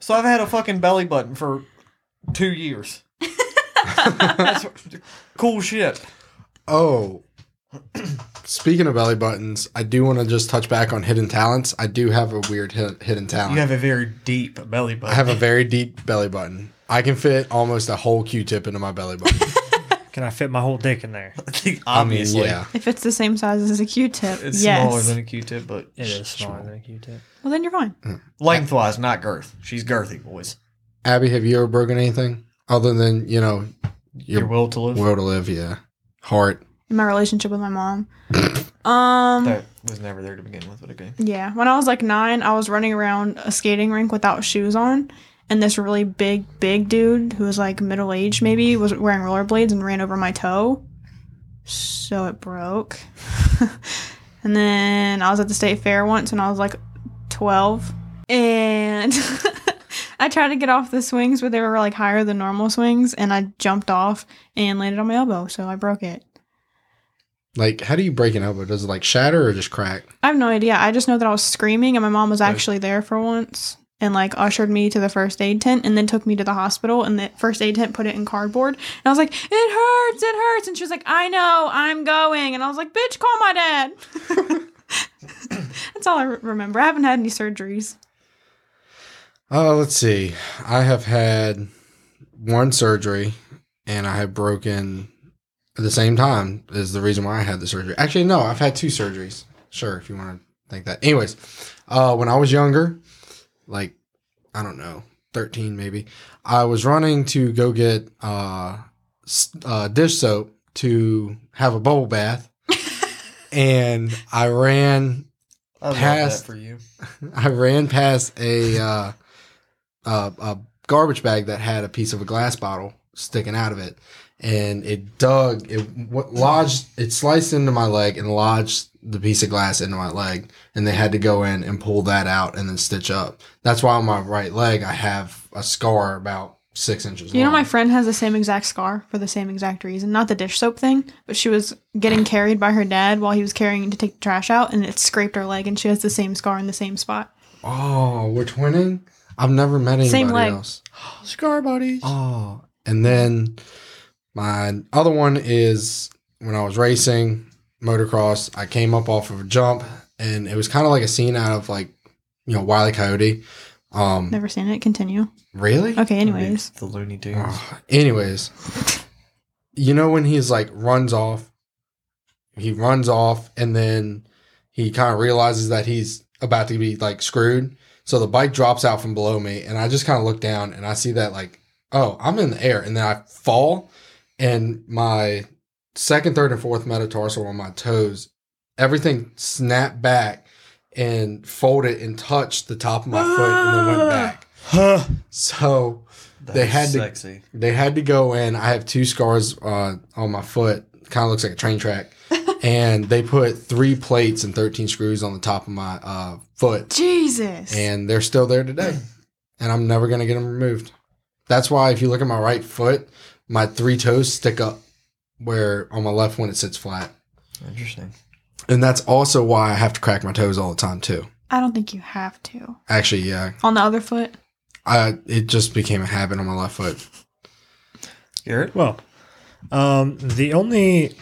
S3: So I've had a fucking belly button for two years. That's cool shit.
S1: Oh. (clears throat) Speaking of belly buttons, I do want to just touch back on hidden talents. I do have a weird hid- hidden talent.
S3: You have a very deep belly
S1: I
S3: button. (laughs)
S1: have a very deep belly button. I can fit almost a whole Q-tip into my belly button.
S2: (laughs) Can I fit my whole dick in there?
S1: I mean,
S3: obviously.
S1: yeah.
S4: If it's the same size as a Q-tip,
S3: It's
S4: yes.
S3: smaller than a Q-tip, but
S2: It is smaller than a Q-tip.
S4: well, then you're fine.
S3: lengthwise, not girth. She's girthy, boys.
S1: Abby, have you ever broken anything other than you know your,
S3: Your will to live.
S1: will to live? Yeah, heart.
S4: In my relationship with my mom, (laughs) um,
S3: That was never there to begin with, but okay.
S4: Yeah. When I was like nine, I was running around a skating rink without shoes on. And this really big, big dude who was like middle aged, maybe, was wearing rollerblades and ran over my toe. So it broke. (laughs) and then I was at the state fair once and I was like 12. And (laughs) I tried to get off the swings, but they were like higher than normal swings. And I jumped off and landed on my elbow. So I broke it.
S1: Like, how do you break an elbow? Does it like shatter or just crack?
S4: I have no idea. I just know that I was screaming, and my mom was
S3: Right.
S4: actually there for once and like ushered me to the first aid tent and then took me to the hospital and the first aid tent put it in cardboard and I was like it hurts it hurts and she was like I know I'm going and I was like bitch call my dad (laughs) that's all I re- remember I haven't had any surgeries
S1: Uh, let's see. I have had one surgery, and I have broken at the same time is the reason why I had the surgery. Actually, no, I've had two surgeries. Sure, if you want to think that. Anyways, uh, when I was younger, like I don't know, thirteen maybe, I was running to go get uh, s- uh dish soap to have a bubble bath, and I ran
S3: I love
S1: Past-
S3: that for you.
S1: I ran past a, uh, a a garbage bag that had a piece of a glass bottle sticking out of it, and it dug it w- lodged it sliced into my leg and lodged the piece of glass into my leg, and they had to go in and pull that out and then stitch up. That's why on my right leg I have a scar about six inches.
S4: You know,
S1: long.
S4: my friend has the same exact scar for the same exact reason. Not the dish soap thing, but she was getting carried by her dad while he was carrying to take the trash out, and it scraped her leg, and she has the same scar in the same spot.
S1: oh, we're twinning. I've never met anybody
S4: Same leg.
S1: else.
S3: Scar buddies.
S1: Oh, and then my other one is when I was racing motocross, I came up off of a jump, and it was kind of like a scene out of like you know Wiley Coyote. Um,
S4: Never seen it. Continue.
S1: really?
S4: Okay, anyways.
S3: the Looney Tunes.
S1: Ugh. anyways, you know when he's like runs off, he runs off, and then he kind of realizes that he's about to be like screwed. So the bike drops out from below me, and I just kind of look down and I see that like, oh, I'm in the air, and then I fall, and my second, third, and fourth metatarsal on my toes, everything snapped back and folded and touched the top of my foot, and then went back.
S2: Huh.
S1: So
S3: That
S1: They
S3: is
S1: had to-
S3: sexy.
S1: they had to go in. I have two scars uh, on my foot. Kind of looks like a train track. and they put three plates and 13 screws on the top of my uh, foot.
S4: Jesus.
S1: And they're still there today. And I'm never going to get them removed. That's why if you look at my right foot, my three toes stick up where on my left one it sits flat.
S3: Interesting.
S1: And that's also why I have to crack my toes all the time too.
S4: I don't think you have to.
S1: Actually, yeah.
S4: On the other foot,
S1: I it just became a habit on my left foot.
S3: Garrett?
S2: Well, um, the only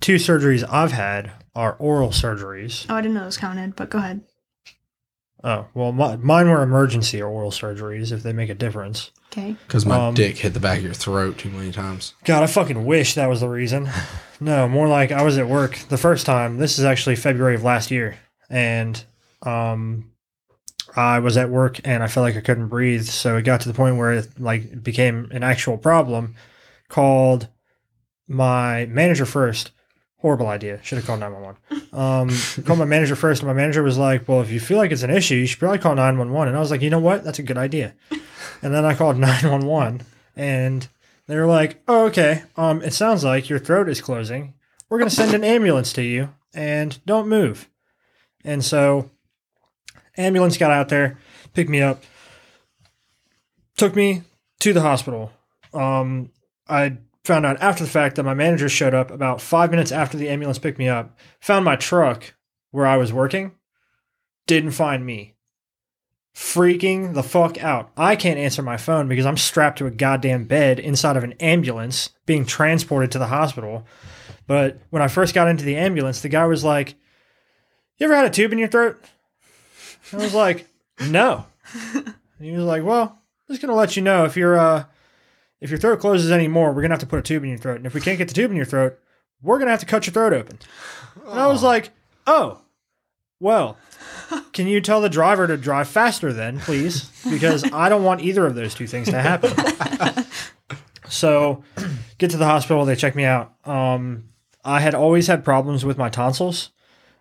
S2: two surgeries I've had are oral surgeries.
S4: oh, I didn't know those counted, but go ahead.
S2: Oh, well, my, mine were emergency oral surgeries if they make a difference.
S4: (laughs) Okay.
S1: Because my
S2: Um,
S1: dick hit the back of your throat too many times.
S2: God, I fucking wish that was the reason. No, more like I was at work the first time. This is actually February of last year, and um, I was at work and I felt like I couldn't breathe. So it got to the point where it like became an actual problem. Called my manager first. Horrible idea. Should have called nine one one. Um, called my manager first, and my manager was like, "Well, if you feel like it's an issue, you should probably call nine one one." And I was like, "You know what? That's a good idea." And then I called nine one one, and they were like, oh, okay, um, it sounds like your throat is closing. We're going to send an ambulance to you and don't move. And so, ambulance got out there, picked me up, took me to the hospital. Um, I found out after the fact that my manager showed up about five minutes after the ambulance picked me up, found my truck where I was working, didn't find me. Freaking the fuck out. I can't answer my phone because I'm strapped to a goddamn bed inside of an ambulance being transported to the hospital. But when I first got into the ambulance, the guy was like, You ever had a tube in your throat? And I was like, No. And he was like, Well, just gonna let you know if your uh if your throat closes anymore, we're gonna have to put a tube in your throat. And if we can't get the tube in your throat, we're gonna have to cut your throat open. And I was like, Oh, well, can you tell the driver to drive faster then, please? Because I don't want either of those two things to happen. so, get to the hospital. They check me out. Um, I had always had problems with my tonsils,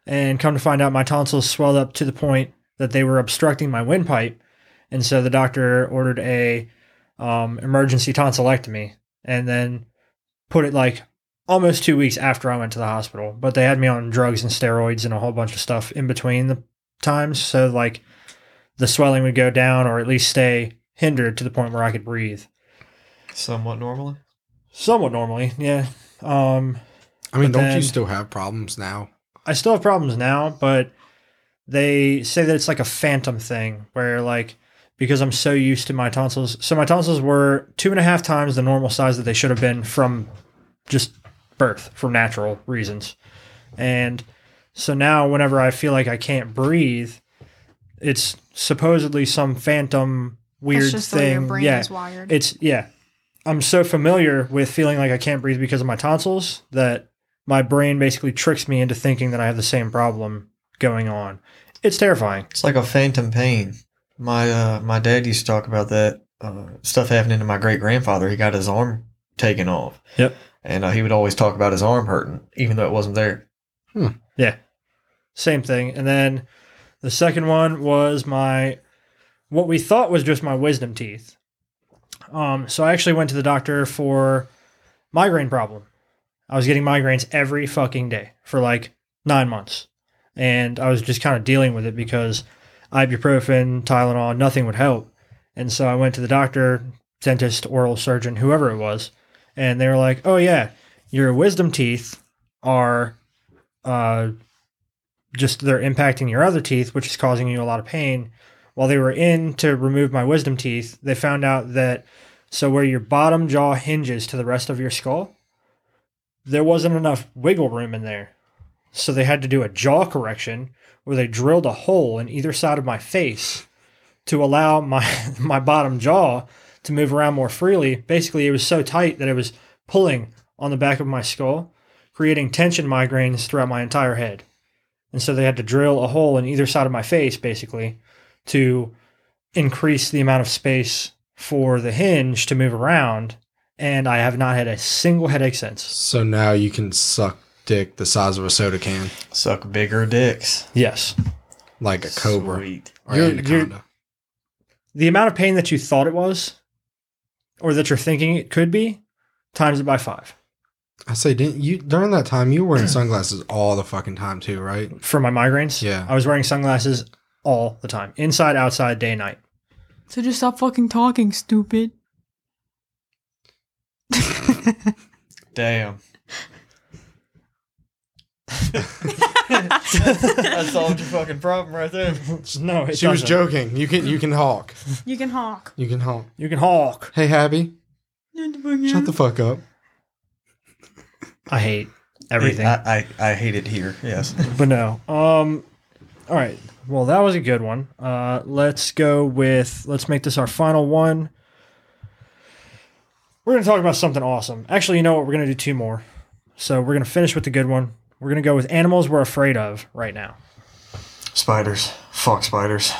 S2: and come to find out, my tonsils swelled up to the point that they were obstructing my windpipe, and so the doctor ordered a um, emergency tonsillectomy, and then put it like almost two weeks after I went to the hospital. But they had me on drugs and steroids and a whole bunch of stuff in between the times. So like the swelling would go down or at least stay hindered to the point where I could breathe
S3: Somewhat normally.
S2: somewhat normally. Yeah. Um,
S1: I mean,
S2: But
S1: don't
S2: then-
S1: you still have problems now?
S2: I still have problems now, but they say that it's like a phantom thing where like because I'm so used to my tonsils. So my tonsils were two and a half times the normal size that they should have been from just birth, from natural reasons. And so now whenever I feel like I can't breathe, it's supposedly some phantom weird
S4: That's just the way
S2: thing.
S4: your brain
S2: yeah.
S4: is wired.
S2: It's yeah. I'm so familiar with feeling like I can't breathe because of my tonsils that my brain basically tricks me into thinking that I have the same problem going on. It's terrifying.
S3: It's like a phantom pain. My uh, my dad used to talk about that uh, stuff happening to my great grandfather. He got his arm taken off.
S2: Yep.
S3: And uh, he would always talk about his arm hurting, even though it wasn't there.
S2: Same thing. And then The second one was my what we thought was just my wisdom teeth. Um, so I actually went to the doctor for migraine problem. I was getting migraines every fucking day for like nine months, and I was just kind of dealing with it because ibuprofen, Tylenol, nothing would help. And so I went to the doctor, dentist, oral surgeon, whoever it was, and they were like, "Oh yeah, your wisdom teeth are uh, just they're impacting your other teeth, which is causing you a lot of pain." While they were in to remove my wisdom teeth, they found out that so where your bottom jaw hinges to the rest of your skull, there wasn't enough wiggle room in there. So they had to do a jaw correction where they drilled a hole in either side of my face to allow my (laughs) my bottom jaw to move around more freely. Basically, it was so tight that it was pulling on the back of my skull, creating tension migraines throughout my entire head. And so they had to drill a hole in either side of my face, basically, to increase the amount of space for the hinge to move around. And I have not had a single headache since.
S1: So now you can suck dick the size of a soda can,
S3: Suck bigger dicks.
S2: Yes.
S1: like a cobra
S3: Sweet.
S1: or
S2: You're-
S1: anaconda.
S2: The amount of pain that you thought it was, or that you're thinking it could be, times it by five
S1: I say, didn't you during that time you were wearing sunglasses all the fucking time too,
S2: (laughs)
S1: right?
S2: for my migraines.
S1: Yeah.
S2: I was wearing sunglasses all the time, inside, outside, day, night.
S4: So just stop fucking talking, (laughs) stupid.
S3: Damn. I
S4: you
S3: solved your fucking problem right there.
S2: (laughs) No, it
S1: she was
S2: doesn't.
S1: joking. You can you can hawk.
S4: can hawk.
S1: You can hawk.
S2: You can hawk.
S1: Hey, Happy, shut the fuck up.
S2: I hate everything.
S3: I, I, I hate it here. Yes. (laughs)
S2: but no. Um all right. Well, that was a good one. Uh let's go with let's make this our final one. We're going to talk about something awesome. Actually, you know what? We're going to do two more. So, we're going to finish with the good one. We're going to go with animals we're afraid of right now.
S3: spiders. Fuck spiders.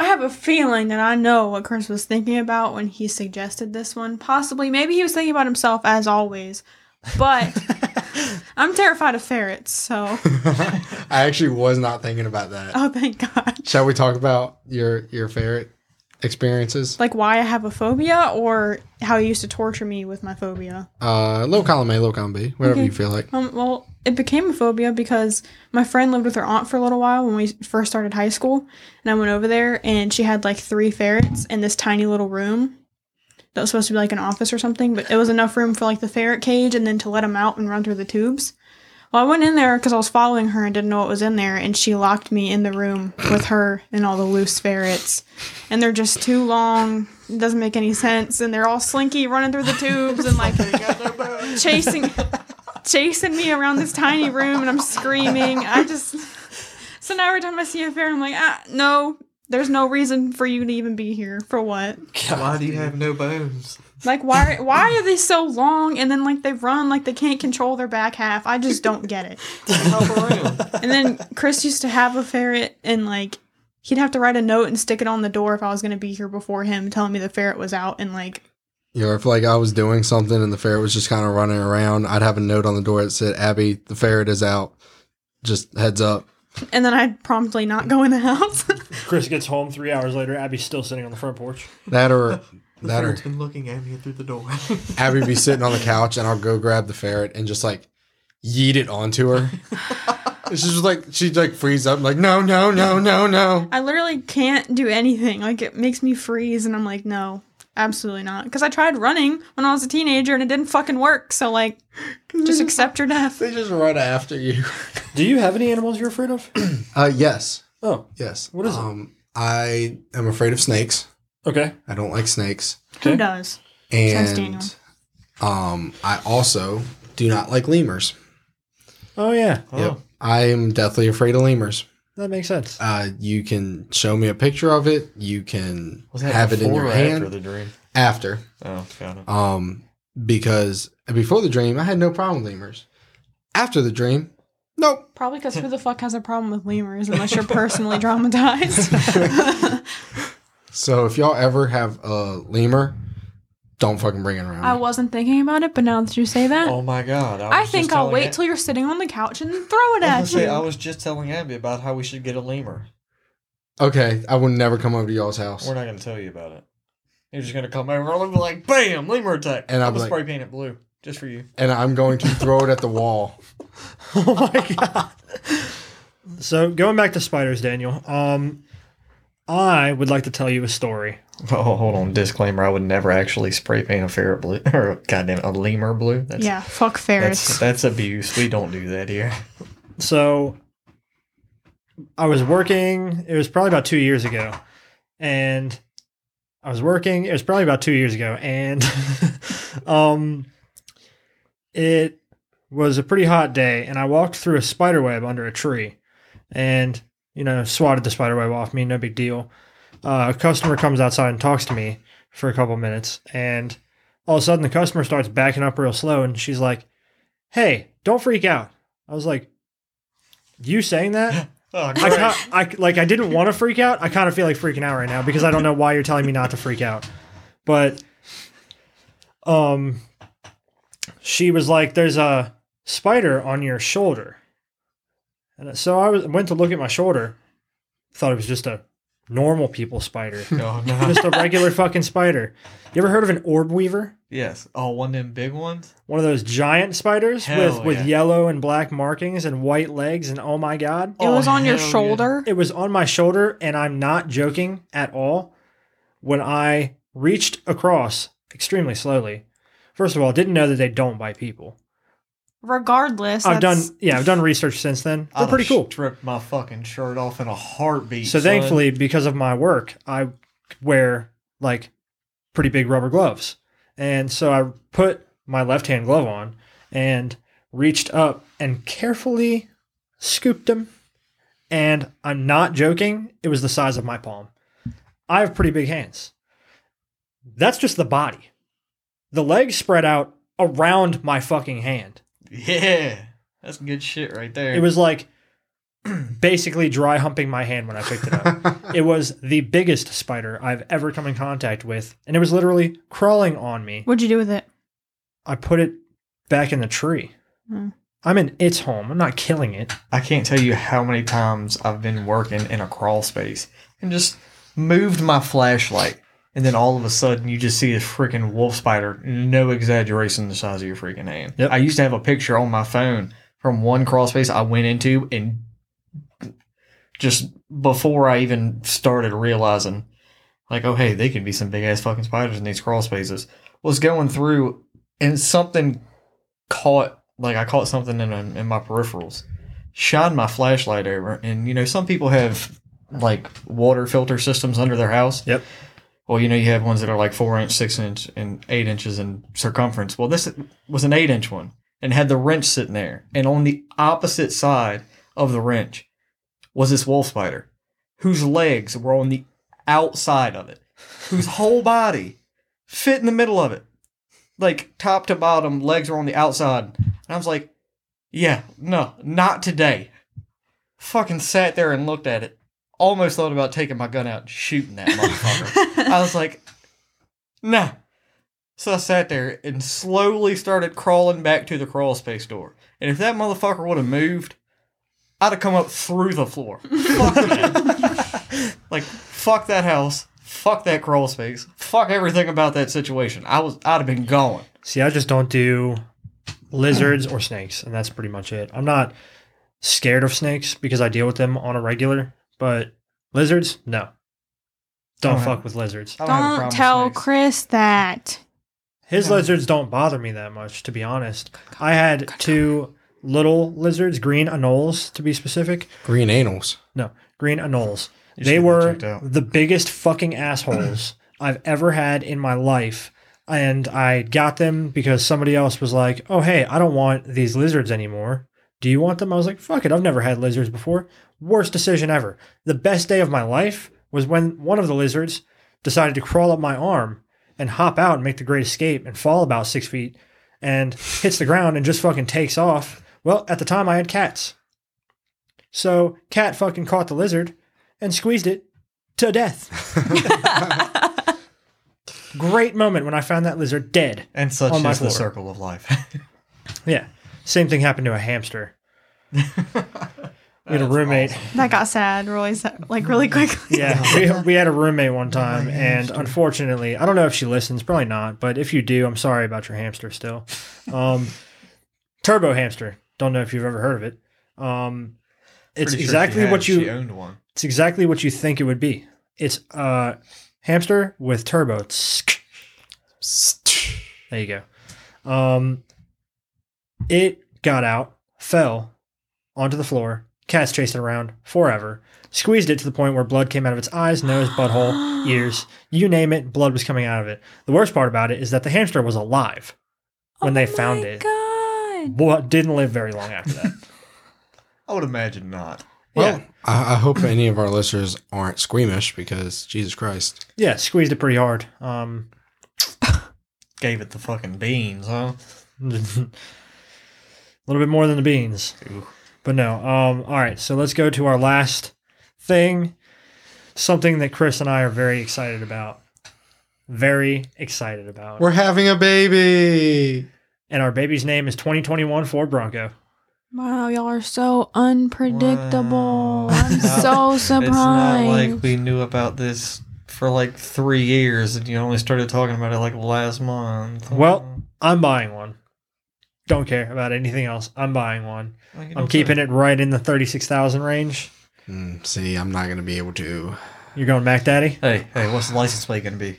S4: I have a feeling that I know what Chris was thinking about when he suggested this one. Possibly, maybe he was thinking about himself as always. (laughs) But I'm terrified of ferrets, so (laughs)
S1: I actually was not thinking about that.
S4: oh thank God.
S1: Shall we talk about your your ferret experiences?
S4: Like why I have a phobia or how he used to torture me with my phobia.
S1: Uh, low column A, low column B, whatever
S4: Okay.
S1: you feel like.
S4: Um, well, it became a phobia because my friend lived with her aunt for a little while when we first started high school, and I went over there, and she had like three ferrets in this tiny little room that was supposed to be like an office or something, but it was enough room for like the ferret cage and then to let them out and run through the tubes. Well, I went in there because I was following her and didn't know what was in there, and she locked me in the room with her and all the loose ferrets, and they're just too long. It doesn't make any sense, and they're all slinky running through the tubes and like chasing chasing me around this tiny room and I'm screaming. I just so now every time I see a ferret, I'm like, ah, no, there's no reason for you to even be here. For what?
S3: Why do you have
S2: (laughs)
S3: no bones?
S4: Like, why? Why are they so long? And then like they run like they can't control their back half. I just don't get it.
S3: Hop around.
S4: And then Chris used to have a ferret and like. He'd have to write a note and stick it on the door if I was going to be here before him, telling me the ferret was out. And like,
S1: You know, if like I was doing something and the ferret was just kind of running around, I'd have a note on the door that said, "Abby, the ferret is out. Just heads up."
S4: and then I'd promptly not go in the house.
S2: Chris gets home 3 hours later, Abby's still sitting on the front porch.
S1: That (laughs) or that or
S3: been looking at me through the door. (laughs)
S1: Abby be sitting on the couch and I'll go grab the ferret and just like yeet it onto (laughs) her. It's just like she like freeze up like no no no no no.
S4: I literally can't do anything. Like it makes me freeze, and I'm like, no, absolutely not. Because I tried running when I was a teenager, and it didn't fucking work. So (laughs) like, just accept your death.
S1: They just run after you.
S2: Do you have any animals you're afraid of?
S1: Uh yes.
S2: (clears throat) Oh,
S1: Yes.
S2: What is it?
S1: um, I am afraid of snakes.
S2: okay.
S1: I don't like snakes.
S4: Who
S2: Okay.
S4: does? Sounds Daniel.
S1: And um I also do not like lemurs.
S2: Oh yeah.
S3: Oh.
S1: Yep. I am deathly afraid of lemurs.
S2: That makes sense.
S1: Uh, you can show me a picture of it. You can
S3: Was that
S1: have it in
S3: before
S1: your
S3: or
S1: hand
S3: After the dream.
S1: after.
S3: Oh, got it.
S1: um, because before the dream, I had no problem with lemurs. After the dream, nope.
S4: Probably
S3: (laughs)
S4: because who the fuck has a problem with lemurs unless you're (laughs) personally traumatized?
S1: So if y'all ever have a lemur, don't fucking bring it around.
S4: I wasn't thinking about it, but now that you say that,
S3: Oh my god! I,
S4: I
S3: was
S4: think
S3: just
S4: I'll
S3: telling
S4: wait
S3: Ab-
S4: till you're sitting on the couch and then throw
S3: I was,
S4: it at
S3: gonna say, I
S4: you.
S3: was just telling Abby about how we should get a lemur.
S1: Okay, I will never come over to y'all's house.
S3: We're not gonna tell you about it. You're just gonna come over and be like, "Bam, lemur attack!"
S1: And
S3: I'm,
S1: I'm
S3: gonna
S1: like-
S3: spray paint it blue just for you.
S1: and I'm going to throw it at the
S3: (laughs)
S1: wall.
S2: (laughs) Oh my god. So going back to spiders, Daniel. Um, I would like to tell you a story.
S3: Oh, hold on. Disclaimer: I would never actually spray paint a ferret blue (laughs) or goddamn a lemur blue. That's,
S4: Yeah, fuck
S3: that's
S4: Ferris.
S3: that's abuse. We don't do that here.
S2: So I was working, it was probably about two years ago. And I was working, it was probably about two years ago. And (laughs) um, it was a pretty hot day. And I walked through a spider web under a tree and, you know, swatted the spider web off me. No big deal. Uh, a customer comes outside and talks to me for a couple minutes. And all of a sudden, the customer starts backing up real slow. And she's like, Hey, don't freak out. I was like, you saying that?
S3: (laughs) Oh,
S2: I,
S3: (laughs) great.
S2: ca- I like I didn't want to freak out. I kind of feel like freaking out right now because I don't know why you're telling me not to freak out. But um she was like there's a spider on your shoulder. And so I was went to look at my shoulder. Thought it was just a normal people
S3: (laughs)
S2: spider.
S3: Oh, no.
S2: just a regular fucking spider. You ever heard of an orb weaver?
S3: yes. Oh, one of them big ones.
S2: One of those giant spiders
S3: Hell
S2: with with
S3: yeah.
S2: yellow and black markings and white legs and oh my god.
S4: it was
S3: Oh,
S4: on your
S3: hell yeah.
S4: shoulder.
S2: it was on my shoulder and I'm not joking at all when I reached across extremely slowly. First of all, didn't know that they don't bite people.
S4: Regardless,
S2: I've done
S4: that's-
S2: yeah, I've done research since then. They're
S3: I'd
S2: pretty
S3: have
S2: cool.
S3: Stripped my fucking shirt off in a heartbeat.
S2: So
S3: son.
S2: thankfully because of my work, I wear like pretty big rubber gloves. And so I put my left-hand glove on and reached up and carefully scooped them and I'm not joking, it was the size of my palm. I have pretty big hands. That's just the body. The legs spread out around my fucking hand.
S3: yeah, that's good shit right there.
S2: It was like (clears throat) basically dry humping my hand when I picked it up. it was the biggest spider I've ever come in contact with, and it was literally crawling on me.
S4: What'd you do with it?
S2: I put it back in the tree.
S4: Hmm.
S2: I'm in its home. I'm not killing it.
S3: I can't tell you how many times I've been working in a crawl space and just moved my flashlight, and then all of a sudden you just see this freaking wolf spider. No exaggeration, the size of your freaking hand.
S2: Yep.
S3: I used to have a picture on my phone from one crawl space I went into, and just before I even started realizing, like, oh hey, they could be some big ass fucking spiders in these crawl spaces. Was going through, and something caught like I caught something in in my peripherals shine my flashlight over and you know some people have like water filter systems under their house
S2: Yep.
S3: well you know you have ones that are like four inch six inch and eight inches in circumference well this was an eight inch one and had the wrench sitting there and on the opposite side of the wrench was this wolf spider whose legs were on the outside of it whose whole body fit in the middle of it like top to bottom legs were on the outside and i was like yeah, no, not today. Fucking sat there and looked at it. Almost thought about taking my gun out and shooting that
S4: (laughs)
S3: motherfucker. I was like, nah. So I sat there and slowly started crawling back to the crawl space door. And if that motherfucker would have moved, I'd have come up through the
S4: (laughs)
S3: floor. Fuck that. like, fuck that house. Fuck that crawl space. Fuck everything about that situation. I was I'd have been gone.
S2: See, I just don't do lizards or snakes, and that's pretty much it. I'm not scared of snakes because I deal with them on a regular, but lizards, no. Don't
S3: Alright.
S2: fuck with lizards.
S3: I have a problem
S4: Don't
S3: with
S4: tell
S3: snakes.
S4: Chris that.
S2: His
S3: Yeah.
S2: lizards don't bother me that much, to be honest. I had two little lizards, green anoles to be specific.
S1: Green anals.
S2: Green anoles.
S3: You should
S2: they
S3: get
S2: were
S3: checked out.
S2: the biggest fucking
S3: (clears throat)
S2: assholes I've ever had in my life. And I got them because somebody else was like, oh, hey, I don't want these lizards anymore. Do you want them? I was like, fuck it. I've never had lizards before. Worst decision ever. The best day of my life was when one of the lizards decided to crawl up my arm and hop out and make the great escape and fall about six feet and hits the ground and just fucking takes off. Well, at the time I had cats. So cat fucking caught the lizard and squeezed it to death. Great moment when I found that lizard dead.
S3: And such
S2: On my
S3: is the
S2: floor.
S3: circle of life. (laughs)
S2: Yeah. Same thing happened to a hamster. We had a
S3: That's
S2: roommate.
S4: That got sad really, sa- like really quickly.
S2: Mm-hmm. Yeah, we, we had a roommate one time, and unfortunately, I don't know if she listens, probably not. But if you do, I'm sorry about your hamster still. Um, (laughs) turbo hamster. Don't know if you've ever heard of it. Um, it's
S3: Pretty sure she
S2: exactly
S3: had-
S2: what
S3: she
S2: you.
S3: owned one.
S2: It's exactly what you think it would be. It's a hamster with turbo. Tsk. There you go. Um, it got out, fell onto the floor. Cats chased it around forever. Squeezed it to the point where blood came out of its eyes, nose, butthole, ears. You name it, blood was coming out of it. The worst part about it is that the hamster was alive when they found it.
S4: Oh God.
S2: But didn't live very long after that.
S3: I would imagine not.
S1: Well,
S2: yeah,
S1: I, I hope any of our listeners aren't squeamish because Jesus Christ.
S2: yeah, squeezed it pretty hard. Um,
S3: Gave it the fucking beans, huh?
S2: (laughs) a little bit more than the beans.
S3: Ooh.
S2: But no. Um, all right, so let's go to our last thing. Something that Chris and I are very excited about. Very excited about.
S1: We're having a baby.
S2: and our baby's name is 2021 Ford Bronco.
S4: Wow, y'all are so
S3: Wow.
S4: unpredictable. I'm so surprised.
S3: It's not like we knew about this for like three years, and you only started talking about it like last month.
S2: Well, I'm buying one. Don't care about anything else. I'm buying one. I'm keeping it right in the 36,000 range.
S1: Mm, see, I'm not going to be able to. (laughs)
S2: You're going Mac Daddy?
S3: Hey, hey, what's the license plate gonna be?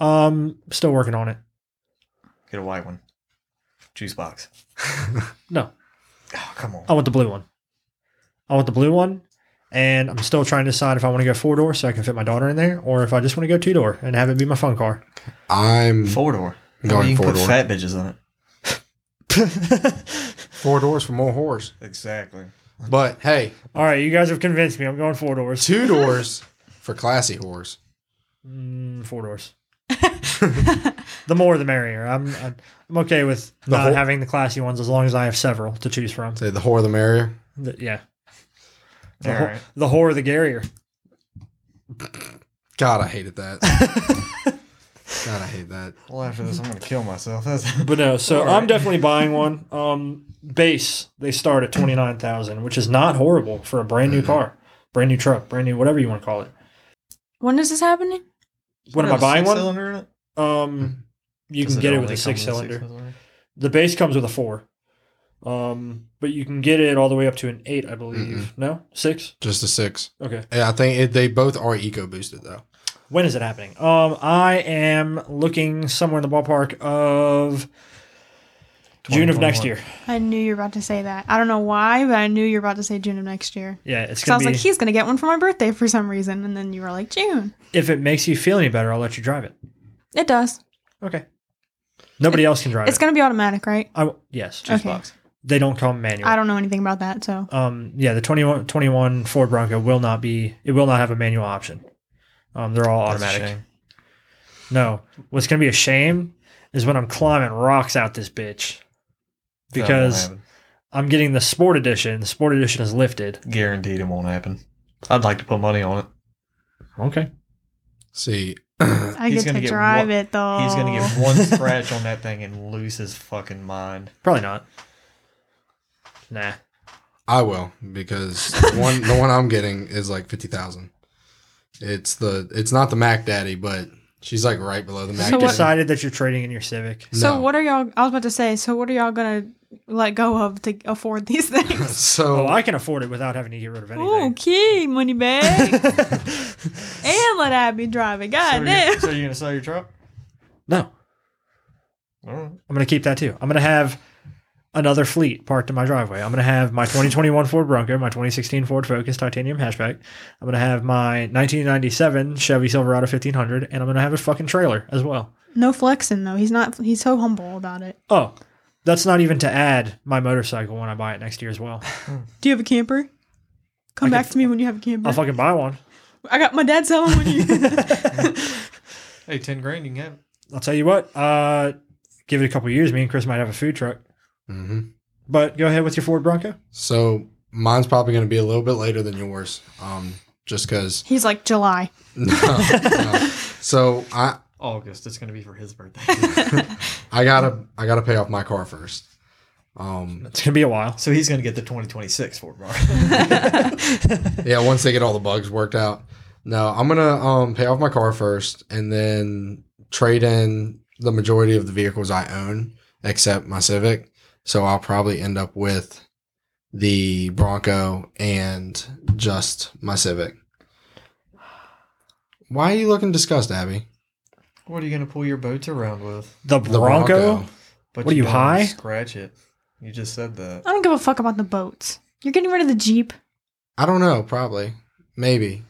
S2: Um, still working on it.
S3: Get a white one. Juice box.
S2: No,
S3: Oh, come on.
S2: I want the blue one. I want the blue one, and I'm still trying to decide if I want to go four door so I can fit my daughter in there, or if I just want to go two door and have it be my fun car.
S1: I'm
S3: Four door.
S1: Going
S3: you can put
S1: four-door.
S3: fat bitches on it.
S1: four doors for more whores.
S3: Exactly.
S1: But hey,
S2: All right, you guys have convinced me. I'm going four doors.
S1: two doors (laughs) for classy whores.
S2: Mm, four doors. the more the merrier. I'm I'm I'm okay with
S1: The
S2: not
S1: whole-
S2: having the classy ones as long as I have several to choose from.
S1: Say the whore the merrier.
S2: The- yeah,
S3: All
S2: the, whore,
S3: right.
S2: the whore the garrier.
S1: God, I hated (laughs) that. God, I hate that.
S3: Well, after this, I'm gonna kill myself. (laughs) That's
S2: But no, so
S3: All
S2: I'm
S3: right.
S2: definitely buying one. Um, base they start at twenty nine thousand, which is not horrible for a brand new car, brand new truck, brand new whatever you want to call it.
S4: when is this happening?
S2: When am I
S3: Does it have a
S2: buying one?
S3: six-cylinder in it?
S2: Um, you
S3: Does
S2: can get it
S3: only
S2: with a
S3: come
S2: six cylinder.
S3: six-cylinder?
S2: The base comes with a four. Um, but you can get it all the way up to an eight, I believe. No, six.
S1: Just a six.
S2: Okay.
S1: Yeah, I think it, they both are eco boosted though.
S2: When is it happening? Um, I am looking somewhere in the ballpark of June of next
S3: 2021.
S2: year.
S4: I knew you were about to say that. I don't know why, but I knew you were about to say June of next year.
S2: Yeah, it's
S4: So I
S2: gonna
S4: was
S2: be.
S4: like, he's gonna get one for my birthday for some reason, and then you were like, June.
S2: if it makes you feel any better, I'll let you drive it.
S4: It does.
S2: Okay. Nobody else can drive
S4: It's
S2: it.
S4: gonna be automatic, right?
S2: I w- yes,
S4: Okay.
S3: Box.
S2: they don't come manual.
S4: I don't know anything about that, so
S2: um, yeah, the 21, 21 Ford Bronco will not be. It will not have a manual option. Um, they're all
S3: That's a
S2: automatic.
S3: shame.
S2: No. What's gonna be a shame is when I'm climbing rocks out this bitch.
S3: That won't
S2: Because
S3: happen.
S2: I'm getting the sport edition. The sport edition is lifted.
S3: guaranteed it won't happen. I'd like to put money on it.
S2: Okay.
S1: See,
S2: Uh,
S4: I
S3: He's
S4: get
S3: gonna
S4: to
S3: get
S4: drive
S3: one-
S4: it though.
S3: He's gonna get one scratch on that thing and lose his fucking
S4: (laughs)
S3: mind.
S2: Probably not. Nah.
S1: I will because the one the one I'm getting is like fifty thousand. It's the it's not the Mac Daddy, but she's like right below the Mac.
S4: So
S2: you
S4: what-
S1: Daddy.
S2: decided that you're trading in your Civic.
S4: So
S1: No.
S4: what are y'all? I was about to say. So what are y'all gonna let go of to
S2: (laughs)
S4: afford these things?
S2: Oh,
S1: (laughs) So
S2: I can afford it without having to get rid of
S4: Ooh,
S2: anything.
S4: key
S2: (laughs)
S4: money bag, and let Abby drive it. God
S3: so,
S4: damn.
S3: You're, so you're gonna sell your truck?
S2: No.
S3: All right.
S2: I'm gonna keep that too. I'm gonna have another fleet parked in my driveway. I'm gonna have my 2021 Ford Bronco, my 2016 Ford Focus titanium hatchback. I'm gonna have my 1997 Chevy Silverado 1500, and I'm gonna have a fucking trailer as well.
S4: No flexing though. He's not. He's so humble about it.
S2: Oh, that's not even to add my motorcycle when I buy it next year as well.
S4: Do you have a camper? Come
S2: I
S4: back
S2: could-
S4: to me when you have a camper.
S2: I'll fucking buy one.
S4: I got my dad selling when you. (laughs)
S3: Hey, ten grand, you can have it.
S2: I'll tell you what. Uh, give it a couple years. Me and Chris might have a food truck.
S1: Mhm.
S2: But go ahead with your Ford Bronco.
S1: so mine's probably going to be a little bit later than (laughs) yours, um, just because.
S4: (laughs) He's like July.
S1: No, no. So I
S3: August. It's going to be for his birthday. (laughs)
S1: I gotta I gotta pay off my car first. Um,
S2: It's gonna be a while.
S3: so he's going to get the 2026 Ford Bar.
S4: (laughs)
S1: yeah, once they get all the bugs worked out. No, I'm gonna um pay off my car first and then trade in the majority of the vehicles I own except my Civic. So I'll probably end up with the Bronco and just my Civic. Why are you looking disgusted, Abby?
S3: what are you going to pull your boats around with?
S2: The
S1: The
S2: Bronco.
S3: But
S2: What are you,
S3: don't
S2: high?
S3: Scratch it. You just said that.
S4: I don't give a fuck about the boats. You're getting rid of the Jeep.
S1: I don't know, probably. Maybe.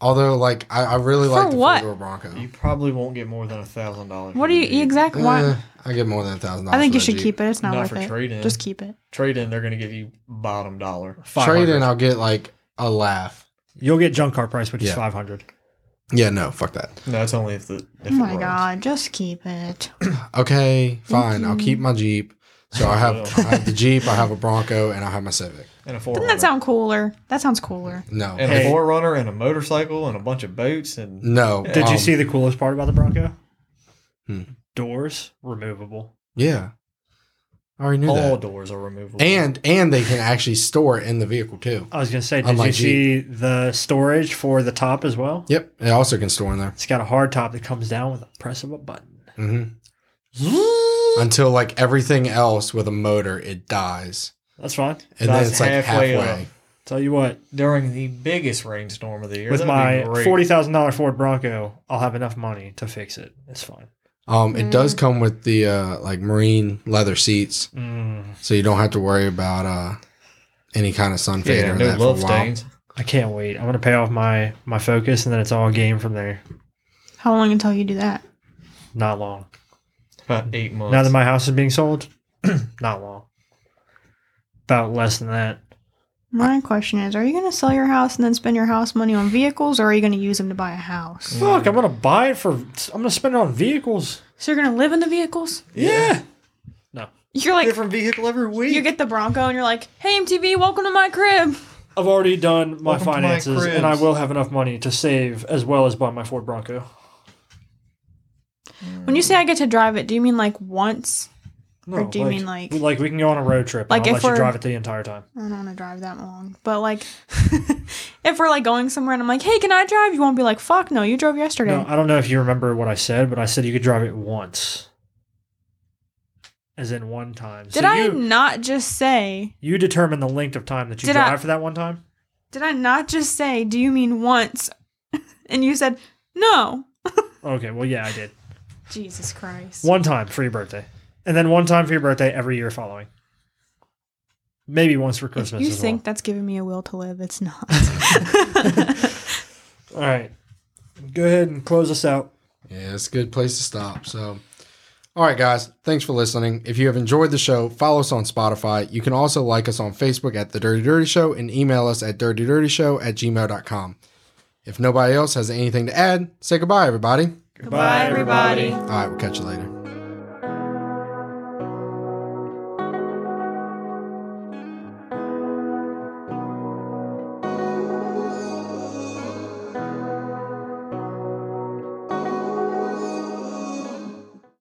S1: Although like I, I really
S4: For
S1: like the
S4: what?
S1: four door Bronco.
S3: You probably won't get more than a thousand dollars.
S4: What do you exactly
S1: Eh,
S4: want?
S1: I get more than a thousand dollars.
S4: I think
S1: for
S4: you
S1: that
S4: should
S1: Jeep.
S4: keep it. It's not,
S3: Not for
S4: worth it.
S3: trade in.
S4: Just keep it.
S3: Trade in, they're going to give you bottom dollar.
S2: 500.
S1: Trade in, I'll get like a laugh.
S2: You'll get junk car price, which is
S1: Yeah.
S2: five hundred.
S1: Yeah, no, fuck that.
S3: No, it's only if the. If
S4: Oh my
S3: it runs.
S4: god, just keep it.
S1: Okay, fine. I'll keep my Jeep. So I have,
S2: (laughs)
S3: Well.
S1: I have the Jeep, I have a Bronco, and I have my Civic.
S3: And a
S4: Doesn't
S3: 4Runner.
S4: that sound cooler? That sounds cooler.
S1: No,
S3: and
S2: Hey.
S3: a 4Runner and a motorcycle and a bunch of boats and.
S1: no.
S2: Did
S1: um,
S2: you see the coolest part about the Bronco?
S1: Hmm.
S2: Doors removable.
S1: Yeah, I already knew
S3: All
S2: Oh.
S1: that.
S3: doors are removable.
S1: And and they can actually store it in the vehicle too.
S2: I was gonna say, did you
S1: Unlike
S2: see the storage for the top as well?
S1: Yep, it also can store in there
S2: It's got a hard top that comes down with a press of a button.
S1: hmm until like everything else with a motor, it dies,
S2: That's fine.
S1: and
S3: Dies
S1: then it's like halfway.
S3: halfway
S2: Tell you what,
S3: during the biggest rainstorm of the year,
S2: with
S3: that'd be
S2: my
S3: great.
S2: forty thousand dollar Ford Bronco, I'll have enough money to fix it. It's fine.
S1: Um, it does come with the uh like marine leather seats.
S2: Mm,
S1: so you don't have to worry about uh any kind of sun fade
S3: yeah,
S1: or
S3: no
S1: that for a
S3: love
S1: while.
S3: stains.
S2: I can't wait. I'm gonna pay off my my Focus, and then it's all game from there.
S4: How long until you do that?
S2: Not long.
S3: About eight months.
S2: Now that my house is being sold, (clears throat) not long. About less than that.
S4: My question is, are you going to sell your house and then spend your house money on vehicles or are you going to use them to buy a house?
S2: Fuck, I'm gonna buy it for. I'm gonna spend it on vehicles.
S4: So you're going to live in the vehicles?
S2: Yeah. No.
S4: You're like
S3: different vehicle every week.
S4: you get the Bronco and you're like, "Hey MTV, welcome to my crib."
S2: I've already done my
S3: Welcome to my
S2: finances, and I
S3: cribs.
S2: will have enough money to save as well as buy my Ford Bronco.
S4: When you say I get to drive it, do you mean like once?
S2: No,
S4: Or do you mean like-
S2: like we can go on a road trip?
S4: Like
S2: and I'll
S4: if
S2: let you
S4: we're-
S2: drive it the entire time.
S4: I don't want to drive that long, but (laughs) like if we're like going somewhere and I'm like, "Hey, can I drive?" You won't be like, "Fuck no, you drove yesterday."
S2: No, I don't know if you remember what I said, but I said you could drive it once, as in one time.
S4: Did
S2: so
S4: I
S2: You,
S4: not just say?
S2: you determine the length of time that you
S4: Did I-
S2: drive for that one time.
S4: Did I not just say? Do you mean once? (laughs) and you said no.
S2: Okay, well, yeah, I did
S4: Jesus Christ.
S2: one time for your birthday, and then one time for your birthday every year following. Maybe once for
S4: If
S2: Christmas.
S4: you
S2: as
S4: think that's giving me a will to live, it's
S2: (laughs)
S4: not. (laughs)
S2: well. All right, go ahead and close us out.
S1: Yeah, it's a good place to stop. So, all right, guys, thanks for listening. If you have enjoyed the show, follow us on Spotify. You can also like us on Facebook at The Dirty Dirty Show and email us at dirtydirtyshow at gmail.com. If nobody else has anything to add, say goodbye, everybody.
S4: Goodbye, everybody.
S1: All right, we'll catch you later.